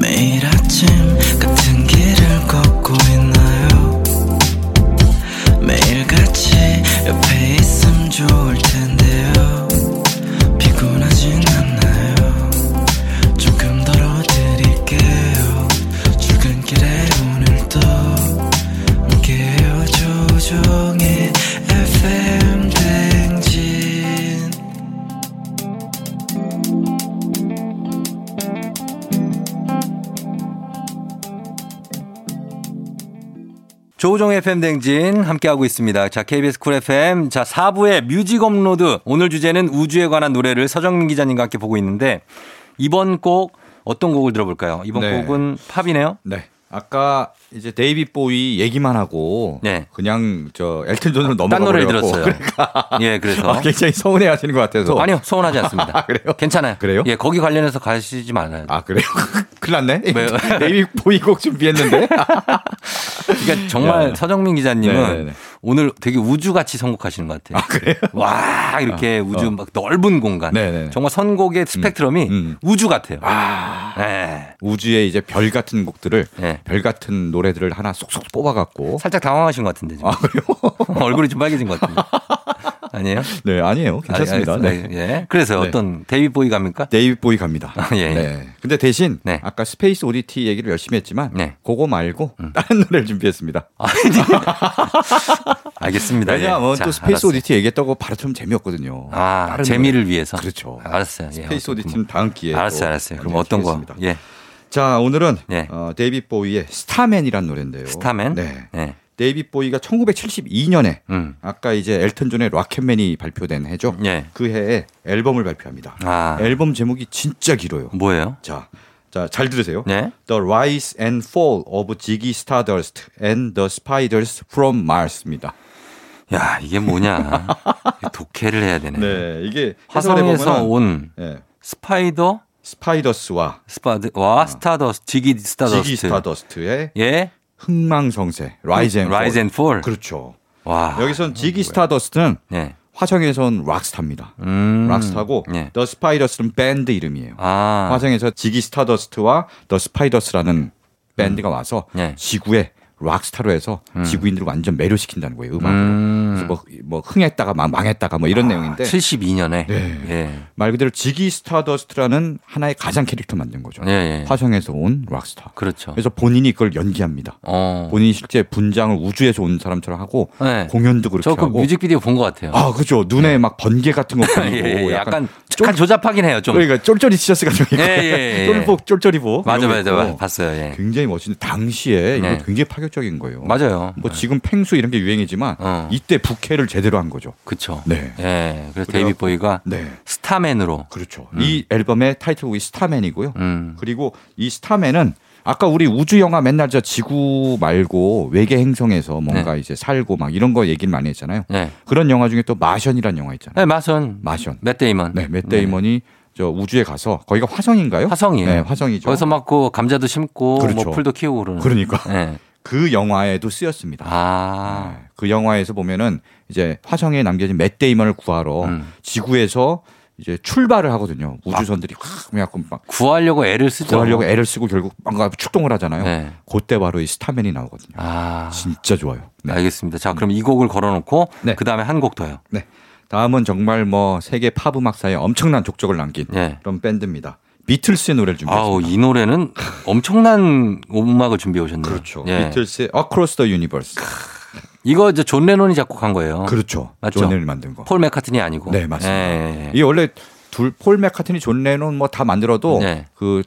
S3: 매일 아침 같은 길을 걷고 있나요 매일 같이 옆에 있음 좋을 텐데요 피곤하진 않나요 조금 덜어드릴게요 출근길에 오늘도 함께해요 조종의 FM 댕진
S1: 조우종의 팬댕진 함께하고 있습니다. 자, KBS 쿨 FM. 자, 4부의 뮤직 업로드. 오늘 주제는 우주에 관한 노래를 서정민 기자님과 함께 보고 있는데, 이번 곡 어떤 곡을 들어볼까요? 이번
S8: 네.
S1: 곡은 팝이네요?
S8: 네. 아까 이제 데이비 보이 얘기만 하고
S1: 네. 아,
S8: 그냥 저 엘튼 존으로 넘어가
S1: 딴 노래를
S8: 버려갖고
S1: 들었어요. 예, 그래서.
S8: 아, 굉장히 서운해 하시는 것 같아서.
S1: 아니요, 서운하지 않습니다.
S8: 아, 그래요?
S1: 괜찮아요.
S8: 그래요?
S1: 예, 거기 관련해서 가시지 말아요.
S8: 아, 그래요? 큰일 났네.
S1: 왜요?
S8: 데이비 보이 곡 준비했는데.
S1: 그러니까 정말
S8: 야.
S1: 서정민 기자님은
S8: 네네네.
S1: 오늘 되게 우주같이 선곡하시는 것 같아요.
S8: 그래요?
S1: 와, 이렇게 우주 막 넓은 공간.
S8: 아, 어. 네네네.
S1: 정말 선곡의 스펙트럼이
S8: 음.
S1: 우주 같아요. 네.
S8: 우주의 이제 별 같은 곡들을
S1: 네.
S8: 별 같은 노래들을 하나 쏙쏙 뽑아갖고
S1: 살짝 당황하신 것 같은데
S8: 아,
S1: 지금. 얼굴이 좀 빨개진 것 같은데. 아니에요?
S8: 네 아니에요 괜찮습니다.
S1: 아,
S8: 네.
S1: 알겠습니다. 예. 그래서
S8: 네.
S1: 어떤 데이비 보이 갑니까?
S8: 데이비 보이 갑니다.
S1: 예, 예.
S8: 네. 근데 대신
S1: 네.
S8: 아까 스페이스 오디티 얘기를 열심히 했지만
S1: 네.
S8: 그거 말고 다른 노래를 준비했습니다.
S1: 알겠습니다. 예.
S8: 왜냐하면 뭐
S1: 자,
S8: 또 스페이스
S1: 알았어요.
S8: 오디티 얘기했다고 바로 좀 재미없거든요.
S1: 아,
S8: 다른
S1: 재미를
S8: 노래.
S1: 위해서.
S8: 그렇죠.
S1: 알았어요. 예,
S8: 스페이스
S1: 어쨌든
S8: 오디티는 다음 기회에
S1: 뭐. 알았어요,
S8: 또
S1: 알았어요. 그럼
S8: 나중에
S1: 어떤 거?
S8: 준비했습니다.
S1: 예.
S8: 자 오늘은
S1: 예.
S8: 어, 데이비 보이의 스타맨이란 노래인데요.
S1: 스타맨.
S8: 네.
S1: 예.
S8: 데이비 보이가 1972년에
S1: 음.
S8: 아까 이제 엘튼 존의 락켓맨이 발표된 해죠.
S1: 예.
S8: 그 해에 앨범을 발표합니다.
S1: 아.
S8: 앨범 제목이 진짜 길어요.
S1: 뭐예요?
S8: 자, 자, 잘 들으세요.
S1: 네.
S8: The Rise and Fall of Ziggy Stardust and the Spiders from Mars입니다.
S1: 야, 이게 뭐냐? 독해를 해야 되네.
S8: 네, 이게
S1: 화성에서
S8: 해설해보면은,
S1: 온
S8: 예,
S1: 스파이더
S8: 스파이더스와
S1: 스파드와 스타더스 지기 스타더스.
S8: 어. 지기 스타더스트의
S1: 예.
S8: 흥망성쇠 Rise and Fall.
S1: Rise and Fall. 아,
S8: 그렇죠.
S1: 와.
S8: 여기선 지기 스타더스트는
S1: 예. 화성에선
S8: 화성에선 락스타입니다.
S1: 음.
S8: 락스타고
S1: 예.
S8: The Spiders는 밴드 이름이에요.
S1: 아. 음.
S8: 화성에서 지기 스타더스트와 더 스파이더스라는 밴드가 와서
S1: 예. 음.
S8: 지구에 락스타로 해서 지구인들을 완전 매료시킨다는 거예요 음악으로 그래서 뭐, 뭐 흥했다가 망- 망했다가 뭐 이런
S1: 아,
S8: 내용인데
S1: 72년에
S8: 네.
S1: 예.
S8: 말 그대로 지기 스타더스트라는 하나의 가장 캐릭터 만든 거죠
S1: 예, 예.
S8: 화성에서 예, 온 락스타
S1: 그렇죠.
S8: 그래서 본인이 그걸 연기합니다
S1: 어.
S8: 본인이 실제 분장을 우주에서 온 사람처럼 하고
S1: 네.
S8: 공연도 그렇게
S1: 저그
S8: 하고
S1: 뮤직비디오 본 것 같아요.
S8: 아 그죠 눈에 막 번개 같은 거
S1: 예,
S8: 보이고
S1: 예,
S8: 약간,
S1: 약간 약간 조잡하긴 해요, 좀.
S8: 그러니까 쫄쫄이 티셔츠 같은 거 입고
S1: 예, 예, 예.
S8: 쫄복 쫄쫄이복
S1: 맞아,
S8: 이런 거
S1: 맞아,
S8: 입고.
S1: 맞아. 봤어요. 예.
S8: 굉장히 멋진데 당시에
S1: 네.
S8: 이거 굉장히 파격적인 거예요.
S1: 맞아요.
S8: 뭐 지금 팽수 이런 게 유행이지만
S1: 어.
S8: 이때 부캐를 제대로 한 거죠.
S1: 그쵸.
S8: 네.
S1: 예. 그래서
S8: 그래갖고-
S1: 데이비 보이가
S8: 네.
S1: 스타맨으로.
S8: 그렇죠. 이 앨범의 타이틀곡이 스타맨이고요.
S1: 음.
S8: 그리고 이 스타맨은 아까 우리 우주 영화 맨날 저 지구 말고 외계 행성에서 뭔가
S1: 네.
S8: 이제 살고 막 이런 거 얘기를 많이 했잖아요.
S1: 예.
S8: 그런 영화 중에 또 마션이라는 영화 있잖아요.
S1: 네, 마션.
S8: 마션.
S1: 맷 데이먼.
S8: 네, 맷 데이먼이 저 우주에 가서 거기가 화성인가요?
S1: 화성이에요.
S8: 네, 화성이죠.
S1: 거기서 막 그 감자도 심고
S8: 그렇죠.
S1: 뭐 풀도 키우고 그러는.
S8: 그러니까
S1: 예.
S8: 그 영화에도 쓰였습니다.
S1: 아.
S8: 네, 그 영화에서 보면은 이제 화성에 남겨진 맷 데이먼을 구하러
S1: 음.
S8: 지구에서 이제 출발을 하거든요. 우주선들이
S1: 아.
S8: 확 해갖고 막
S1: 구하려고 애를 쓰죠.
S8: 구하려고 애를 쓰고 결국 뭔가 축동을 하잖아요.
S1: 네.
S8: 그때 바로 이 스타맨이 나오거든요.
S1: 아,
S8: 진짜 좋아요. 네.
S1: 알겠습니다. 자, 그럼 이 곡을 걸어놓고
S8: 네.
S1: 그 다음에 한 곡 더요.
S8: 네. 다음은 정말 뭐 세계 팝 음악사에 엄청난 족적을 남긴
S1: 예.
S8: 그런 밴드입니다. 비틀스의 노래를
S1: 아우
S8: 준비했습니다.
S1: 이 노래는 엄청난 음악을 준비해 오셨네요.
S8: 그렇죠.
S1: 예.
S8: 비틀스의 Across the Universe.
S1: 이거 이제 존 레논이 작곡한 거예요.
S8: 그렇죠.
S1: 맞죠?
S8: 존을 만든 거.
S1: 폴 맥카트니 아니고.
S8: 네, 맞습니다.
S1: 예, 예, 예.
S8: 이 원래 둘 폴 맥카트니 존 레논 뭐 다 만들어도
S1: 네.
S8: 그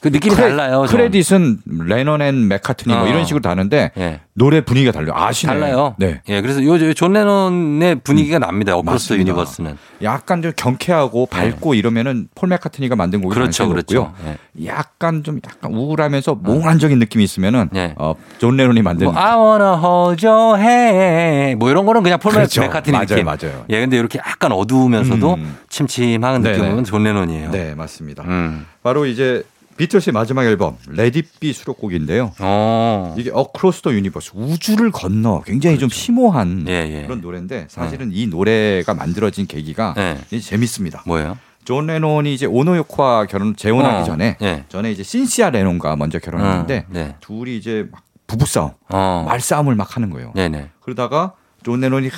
S1: 그 느낌이
S8: 크레-
S1: 달라요. 좀.
S8: 크레딧은 레논 앤 맥카트니 뭐
S1: 어.
S8: 이런 식으로 다는데
S1: 예.
S8: 노래 분위기가 달라요. 아시네요.
S1: 달라요.
S8: 네. 음.
S1: 예, 그래서 요존 레논의 분위기가 납니다. 어크로스
S8: 맞습니다.
S1: 유니버스는.
S8: 약간 좀 경쾌하고 밝고 이러면은 폴 맥카트니가 만든 곡이
S1: 네. 그렇죠,
S8: 많이
S1: 그렇죠.
S8: 높고요.
S1: 예.
S8: 약간 좀 약간 우울하면서 몽환적인 느낌이 있으면은
S1: 네.
S8: 어, 존 레논이 만든
S1: 뭐 I wanna hold your hand 뭐 이런 거는 그냥 폴
S8: 그렇죠.
S1: 맥카트니
S8: 맞아요,
S1: 느낌.
S8: 맞아요.
S1: 예, 근데 이렇게 약간 어두우면서도
S8: 음.
S1: 침침한
S8: 네네.
S1: 느낌은 존 레논이에요.
S8: 네, 맞습니다.
S1: 예. 음.
S8: 바로 이제 비틀스의 마지막 앨범 레디비 수록곡인데요.
S1: 어.
S8: 이게 어크로스 더 유니버스 우주를 건너 굉장히 좀 심오한
S1: 예, 예.
S8: 그런 노래인데 사실은 이 노래가 만들어진 계기가
S1: 네.
S8: 이제 재밌습니다.
S1: 뭐예요?
S8: 존 레논이 이제 오노 요코와 결혼 재혼하기
S1: 어,
S8: 전에
S1: 예.
S8: 전에 이제 신시아 레논과 먼저 결혼했는데
S1: 어, 네.
S8: 둘이 이제 막 부부싸움,
S1: 어.
S8: 말싸움을 막 하는 거예요.
S1: 네, 네.
S8: 그러다가 존 레논이 하,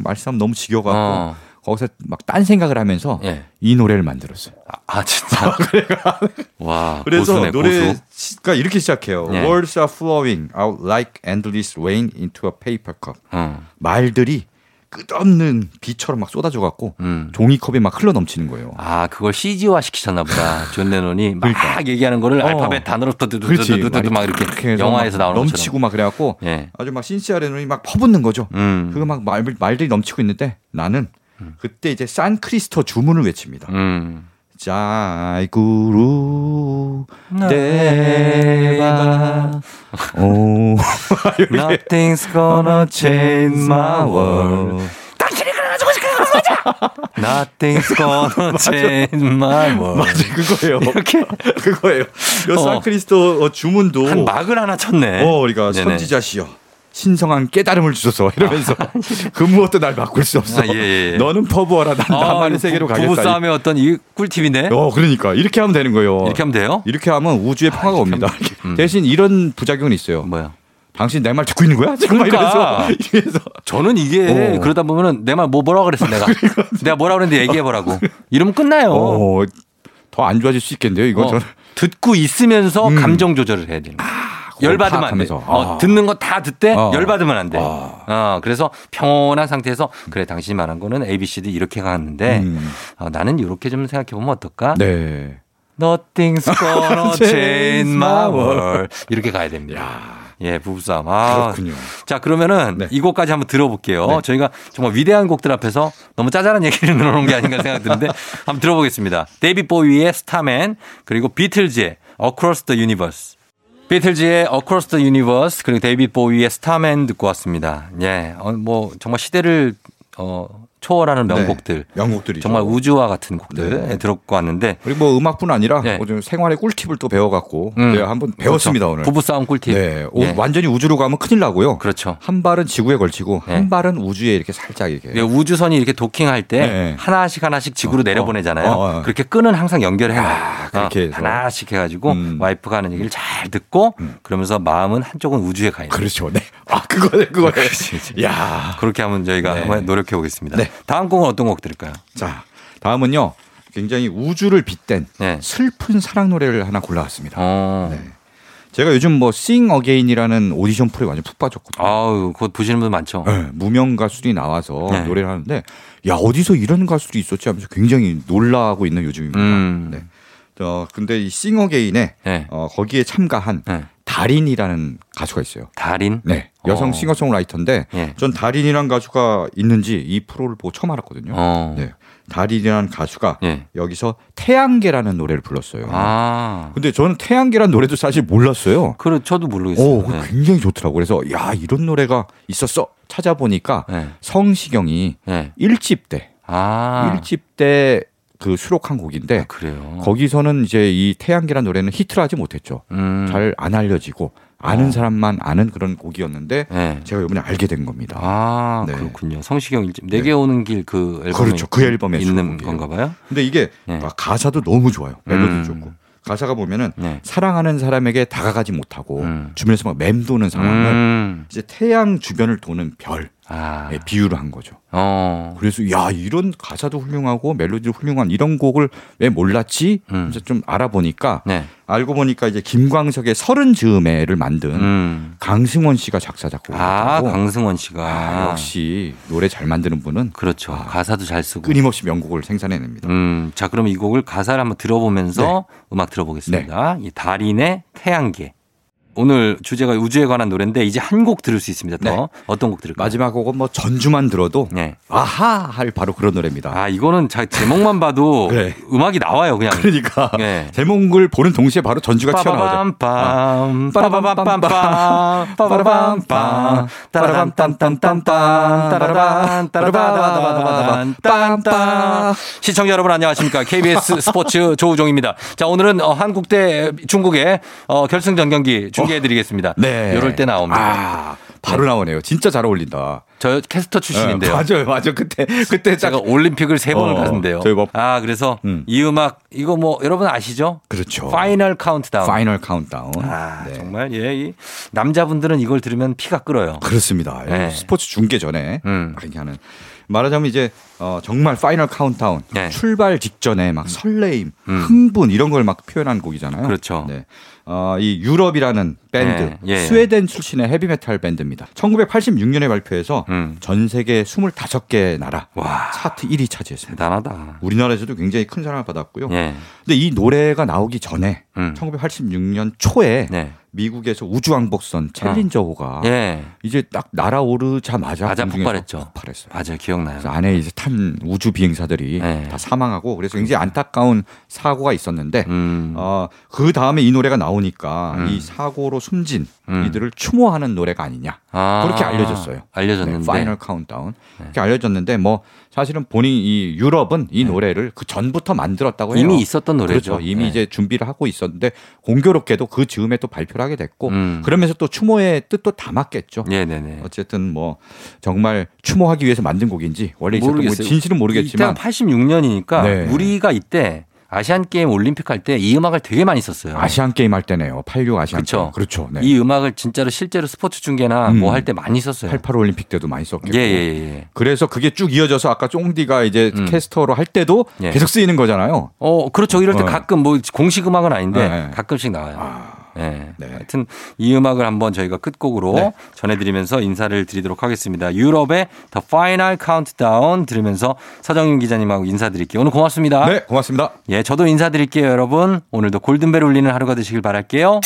S8: 말싸움 너무 지겨갖고
S1: 어.
S8: 거기서 막 딴 생각을 하면서
S1: 예.
S8: 이 노래를 만들었어요.
S1: 아, 아, 진짜. 와.
S8: 그래서
S1: 아, 고수네, 고수.
S8: 노래가 이렇게 시작해요.
S1: 예.
S8: Words are flowing out like endless rain into a paper cup.
S1: 어.
S8: 말들이 끝없는 비처럼 막 쏟아져 갖고
S1: 음.
S8: 종이컵에 막 흘러 넘치는 거예요.
S1: 아, 그걸 CG화 시키셨나 보다. 존 레논이 막 얘기하는 거를
S8: 어.
S1: 알파벳 단어로부터
S8: 그렇지.
S1: 두두두두두 막 이렇게
S8: 해서
S1: 영화에서
S8: 막
S1: 나오는
S8: 넘치고 막 그래갖고
S1: 것처럼. 예.
S8: 아주 막 신시아 레논이 막 퍼붓는 거죠.
S1: 음.
S8: 그거 막 말, 말들이 넘치고 있는데 나는 그때 이제 산크리스토 주문을 외칩니다.
S1: 음.
S8: 자이구루 대바 오
S1: Nothing's gonna change my world. 당신이 그래가지고 그런 거죠. Nothing's gonna change my world.
S8: 맞아 그거예요.
S1: 이렇게
S8: 그거예요. 요
S1: 어.
S8: 산크리스토 어, 주문도
S1: 한 막을 하나 쳤네.
S8: 어 우리가
S1: 네네.
S8: 선지자시여 신성한 깨달음을 주소서 이러면서 그 무엇도 날 바꿀 수 없어.
S1: 네. 아, 예, 예.
S8: 너는 퍼부어라 난
S1: 아,
S8: 나만의
S1: 이거
S8: 세계로
S1: 부-
S8: 가겠다.
S1: 부부싸움의 어떤 이 꿀팁이네.
S8: 어 그러니까 이렇게 하면 되는 거예요.
S1: 이렇게 하면 돼요?
S8: 이렇게 하면 우주의 평화가 옵니다.
S1: 음.
S8: 대신 이런 부작용이 있어요.
S1: 뭐야?
S8: 당신 내 말 듣고 있는 거야? 지금 막
S1: 그러니까.
S8: 이래서 이래서
S1: 저는 이게
S8: 어.
S1: 그러다 보면은 내 말 뭐 뭐라 그랬어 내가 내가 뭐라 그랬는데 얘기해 보라고 이러면 끝나요.
S8: 어, 더 안 좋아질 수 있겠는데요. 이거
S1: 어,
S8: 저는
S1: 듣고 있으면서 감정 조절을 해야 되는. 아, 그 열 받으면 안 돼.
S8: 파악하면서.
S1: 어,
S8: 아.
S1: 듣는 거 다 듣되
S8: 어.
S1: 열 받으면 안 돼.
S8: 아.
S1: 어, 그래서 평온한 상태에서 그래 당신이 말한 거는 A B C D 이렇게 가는데
S8: 음.
S1: 어, 나는 이렇게 좀 생각해 보면 어떨까?
S8: 네.
S1: Nothing's gonna change my
S8: my
S1: world 이렇게 가야 됩니다. 예, 부부싸움. 아,
S8: 그렇군요.
S1: 자 그러면은
S8: 네.
S1: 이 곡까지 한번 들어볼게요. 저희가 정말 위대한 곡들 앞에서 너무 짜잘한 얘기를 늘어놓은 게 아닌가 생각이 드는데 한번 들어보겠습니다. 데이비 보위의 스타맨 그리고 비틀즈의 Across the Universe. 비틀즈의 Across the Universe 그리고 데이비 보위의 스타맨 듣고 왔습니다. 예, 어, 뭐 정말 시대를 어, 초월하는 명곡들.
S8: 네. 명곡들이죠.
S1: 정말 우주와 같은 곡들
S8: 네.
S1: 들었고 왔는데
S8: 그리고 뭐 음악뿐 아니라
S1: 네.
S8: 뭐 좀 생활의 꿀팁을 또 배워갖고
S1: 음.
S8: 네, 한번 배웠습니다 오늘.
S1: 부부싸움 꿀팁.
S8: 네, 오,
S1: 예.
S8: 완전히 우주로 가면 큰일 나고요.
S1: 그렇죠.
S8: 한 발은 지구에 걸치고
S1: 네.
S8: 한 발은 우주에 이렇게 살짝 이렇게.
S1: 예, 우주선이 이렇게 도킹할 때
S8: 네.
S1: 하나씩 하나씩 지구로 내려보내잖아요.
S8: 어, 어, 어.
S1: 그렇게 끈은 항상 연결해요. 아,
S8: 그렇게 해서.
S1: 하나씩 해가지고
S8: 음.
S1: 와이프가 하는 얘기를 잘 듣고 그러면서 마음은 한쪽은 우주에 가 있는.
S8: 그렇죠. 네. 아 그거네 그거네. 야.
S1: 그렇게 하면 저희가
S8: 네.
S1: 한번 노력해 보겠습니다.
S8: 네.
S1: 다음 곡은 어떤 곡 들을까요?
S8: 자 다음은요. 굉장히 우주를 빗댄
S1: 네.
S8: 슬픈 사랑 노래를 하나 골라왔습니다.
S1: 어.
S8: 네. 제가 요즘 뭐 싱 어게인이라는 오디션 프로에 완전 푹 빠졌거든요.
S1: 아우, 그거 보시는 분 많죠.
S8: 예, 무명 가수들이 나와서
S1: 네.
S8: 노래를 하는데 야 어디서 이런 가수들이 있었지 하면서 굉장히 놀라고 있는 요즘입니다.
S1: 음.
S8: 네. 어 근데 이 싱 어게인에
S1: 네.
S8: 어, 거기에 참가한
S1: 네.
S8: 달인이라는 가수가 있어요.
S1: 달인.
S8: 네 여성
S1: 어.
S8: 싱어송라이터인데
S1: 예.
S8: 전 달인이라는 가수가 있는지 이 프로를 보고 처음 알았거든요.
S1: 어.
S8: 네 달인이라는 가수가
S1: 예.
S8: 여기서 태양계라는 노래를 불렀어요.
S1: 아.
S8: 근데 저는 태양계란 노래도 사실 몰랐어요.
S1: 그래, 저도
S8: 오,
S1: 모르겠어요.
S8: 그거
S1: 네.
S8: 굉장히 좋더라고. 그래서 야 이런 노래가 있었어 찾아보니까
S1: 네.
S8: 성시경이
S1: 네.
S8: 일집 때
S1: 아.
S8: 일집 때 그 수록한 곡인데
S1: 그래요.
S8: 거기서는 이제 이 태양계란 노래는 히트를 하지 못했죠.
S1: 음.
S8: 잘 안 알려지고 아는 사람만 아는 그런 곡이었는데
S1: 네.
S8: 제가 요번에 알게 된 겁니다.
S1: 아
S8: 네.
S1: 그렇군요. 성시경 일집 내게 오는 길 그 앨범에
S8: 그렇죠. 그 앨범에
S1: 있는
S8: 수록곡이에요.
S1: 건가 봐요.
S8: 근데 이게
S1: 네.
S8: 아, 가사도 너무 좋아요. 멜로디
S1: 음.
S8: 좋고. 가사가 보면은
S1: 네.
S8: 사랑하는 사람에게 다가가지 못하고
S1: 음.
S8: 주변에서 막 맴도는 상황을
S1: 음.
S8: 이제 태양 주변을 도는 별에 예,
S1: 아.
S8: 비유를 한 거죠.
S1: 어.
S8: 그래서 야 이런 가사도 훌륭하고 멜로디도 훌륭한 이런 곡을 왜 몰랐지?
S1: 음.
S8: 이제 좀 알아보니까
S1: 네.
S8: 알고 보니까 이제 김광석의 서른 즈음에를 만든
S1: 음.
S8: 강승원 씨가 작사 작곡을
S1: 아,
S8: 했다고.
S1: 강승원 씨가
S8: 아, 역시 노래 잘 만드는 분은
S1: 그렇죠.
S8: 아.
S1: 가사도 잘 쓰고.
S8: 끊임없이 명곡을 생산해냅니다.
S1: 음. 자, 그럼 이 곡을 가사를 한번 들어보면서
S8: 네.
S1: 음악 들어보겠습니다. 이 달인의 태양계. 오늘 주제가 우주에 관한 노래인데 이제 한 곡 들을 수 있습니다. 더
S8: 네.
S1: 어떤 곡 들을까요?
S8: 마지막 곡은 뭐 전주만 들어도
S1: 네.
S8: 아하 할 바로 그런 노래입니다.
S1: 아, 이거는 자, 제목만 봐도
S8: 그래.
S1: 음악이 나와요, 그냥.
S8: 네. 그러니까
S1: 네.
S8: 제목을 보는 동시에 바로 전주가 튀어나오죠.
S1: 빠바밤빰, 빠바밤빰빰, 빠바밤빰, 따라밤빰빰빰빰, 따라밤, 따라바다바다바단, 빰빰. 시청자 여러분 안녕하십니까. KBS 스포츠 조우종입니다. 자, 오늘은 어, 한국 대 중국의 어, 결승전 경기 중계해드리겠습니다.
S8: 네.
S1: 이럴 때 나옵니다.
S8: 아, 바로 나오네요. 진짜 잘 어울린다.
S1: 저 캐스터 출신인데요.
S8: 어, 맞아요, 맞아요. 그때 그때 딱
S1: 제가 올림픽을 세 번을
S8: 어,
S1: 갔는데요.
S8: 저희 뭐-
S1: 아, 그래서
S8: 음.
S1: 이 음악, 이거 뭐, 여러분 아시죠?
S8: 그렇죠.
S1: 파이널 카운트다운.
S8: 파이널 카운트다운.
S1: 아,
S8: 네.
S1: 정말 예. 이 남자분들은 이걸 들으면 피가 끓어요.
S8: 그렇습니다. 예,
S1: 네.
S8: 스포츠 중계 전에
S1: 음.
S8: 막 이렇게 하는 말하자면 이제 어, 정말 파이널 카운트다운
S1: 네.
S8: 출발 직전에 막 설레임,
S1: 음.
S8: 흥분 이런 걸 막 표현한 곡이잖아요.
S1: 그렇죠.
S8: 네. 어, 이 유럽이라는 밴드
S1: 네. 예.
S8: 스웨덴 출신의 헤비메탈 밴드입니다. 1986년에 발표해서
S1: 음.
S8: 전 세계 25개 나라
S1: 와.
S8: 차트 1위 차지했습니다.
S1: 대단하다.
S8: 우리나라에서도 굉장히 큰 사랑을 받았고요.
S1: 예.
S8: 근데 이 노래가 나오기 전에
S1: 음.
S8: 1986년 초에
S1: 네.
S8: 미국에서 우주왕복선 챌린저호가
S1: 예.
S8: 이제 딱 날아오르자마자
S1: 맞아,
S8: 공중에서
S1: 폭발했죠.
S8: 폭발했어요.
S1: 맞아요. 기억나요.
S8: 그래서 안에 이제 탄 우주 비행사들이
S1: 네. 그러니까.
S8: 다 사망하고 그래서 굉장히 안타까운 사고가 있었는데
S1: 음.
S8: 어, 그 다음에 이 노래가 나오니까
S1: 음.
S8: 이 사고로 숨진
S1: 음.
S8: 이들을 추모하는 노래가 아니냐
S1: 아.
S8: 그렇게 알려졌어요.
S1: 알려졌는데.
S8: 네, 파이널 카운트다운 이렇게 알려졌는데 뭐 사실은 본인 이 유럽은 이 노래를 그 전부터 만들었다고 해요.
S1: 네. 이미 있었던 노래죠.
S8: 그렇죠. 이미
S1: 네.
S8: 이제 준비를 하고 있었는데 공교롭게도 그 즈음에 또 발표를 하게 됐고
S1: 음.
S8: 그러면서 또 추모의 뜻도 담았겠죠.
S1: 예, 네, 네.
S8: 어쨌든 뭐 정말 추모하기 위해서 만든 곡인지 원래 있었던 곡인지
S1: 모르겠어요.
S8: 진실은 모르겠지만
S1: 이때가 86년이니까
S8: 네.
S1: 우리가 이때 아시안 게임 올림픽 할 때 이 음악을 되게 많이 썼어요.
S8: 아시안 게임 할 때네요. 86 아시안
S1: 그쵸.
S8: 게임. 그렇죠. 네.
S1: 이 음악을 진짜로 실제로 스포츠 중계나
S8: 음.
S1: 뭐 할 때 많이 썼어요.
S8: 88 올림픽 때도 많이
S1: 예,
S8: 썼겠고.
S1: 예, 예, 예.
S8: 그래서 그게 쭉 이어져서 아까 쫑디가 이제
S1: 음.
S8: 캐스터로 할 때도
S1: 예.
S8: 계속 쓰이는 거잖아요.
S1: 어, 그렇죠. 이럴 때
S8: 어.
S1: 가끔 뭐 공식 음악은 아닌데
S8: 네.
S1: 가끔씩 나와요.
S8: 아.
S1: 네.
S8: 네.
S1: 하여튼 이 음악을 한번 저희가 끝곡으로
S8: 네.
S1: 전해드리면서 인사를 드리도록 하겠습니다. 유럽의 The Final Countdown 들으면서 서정윤 기자님하고 인사드릴게요. 오늘 고맙습니다.
S8: 네, 고맙습니다.
S1: 예, 저도 인사드릴게요, 여러분. 오늘도 골든벨 울리는 하루가 되시길 바랄게요.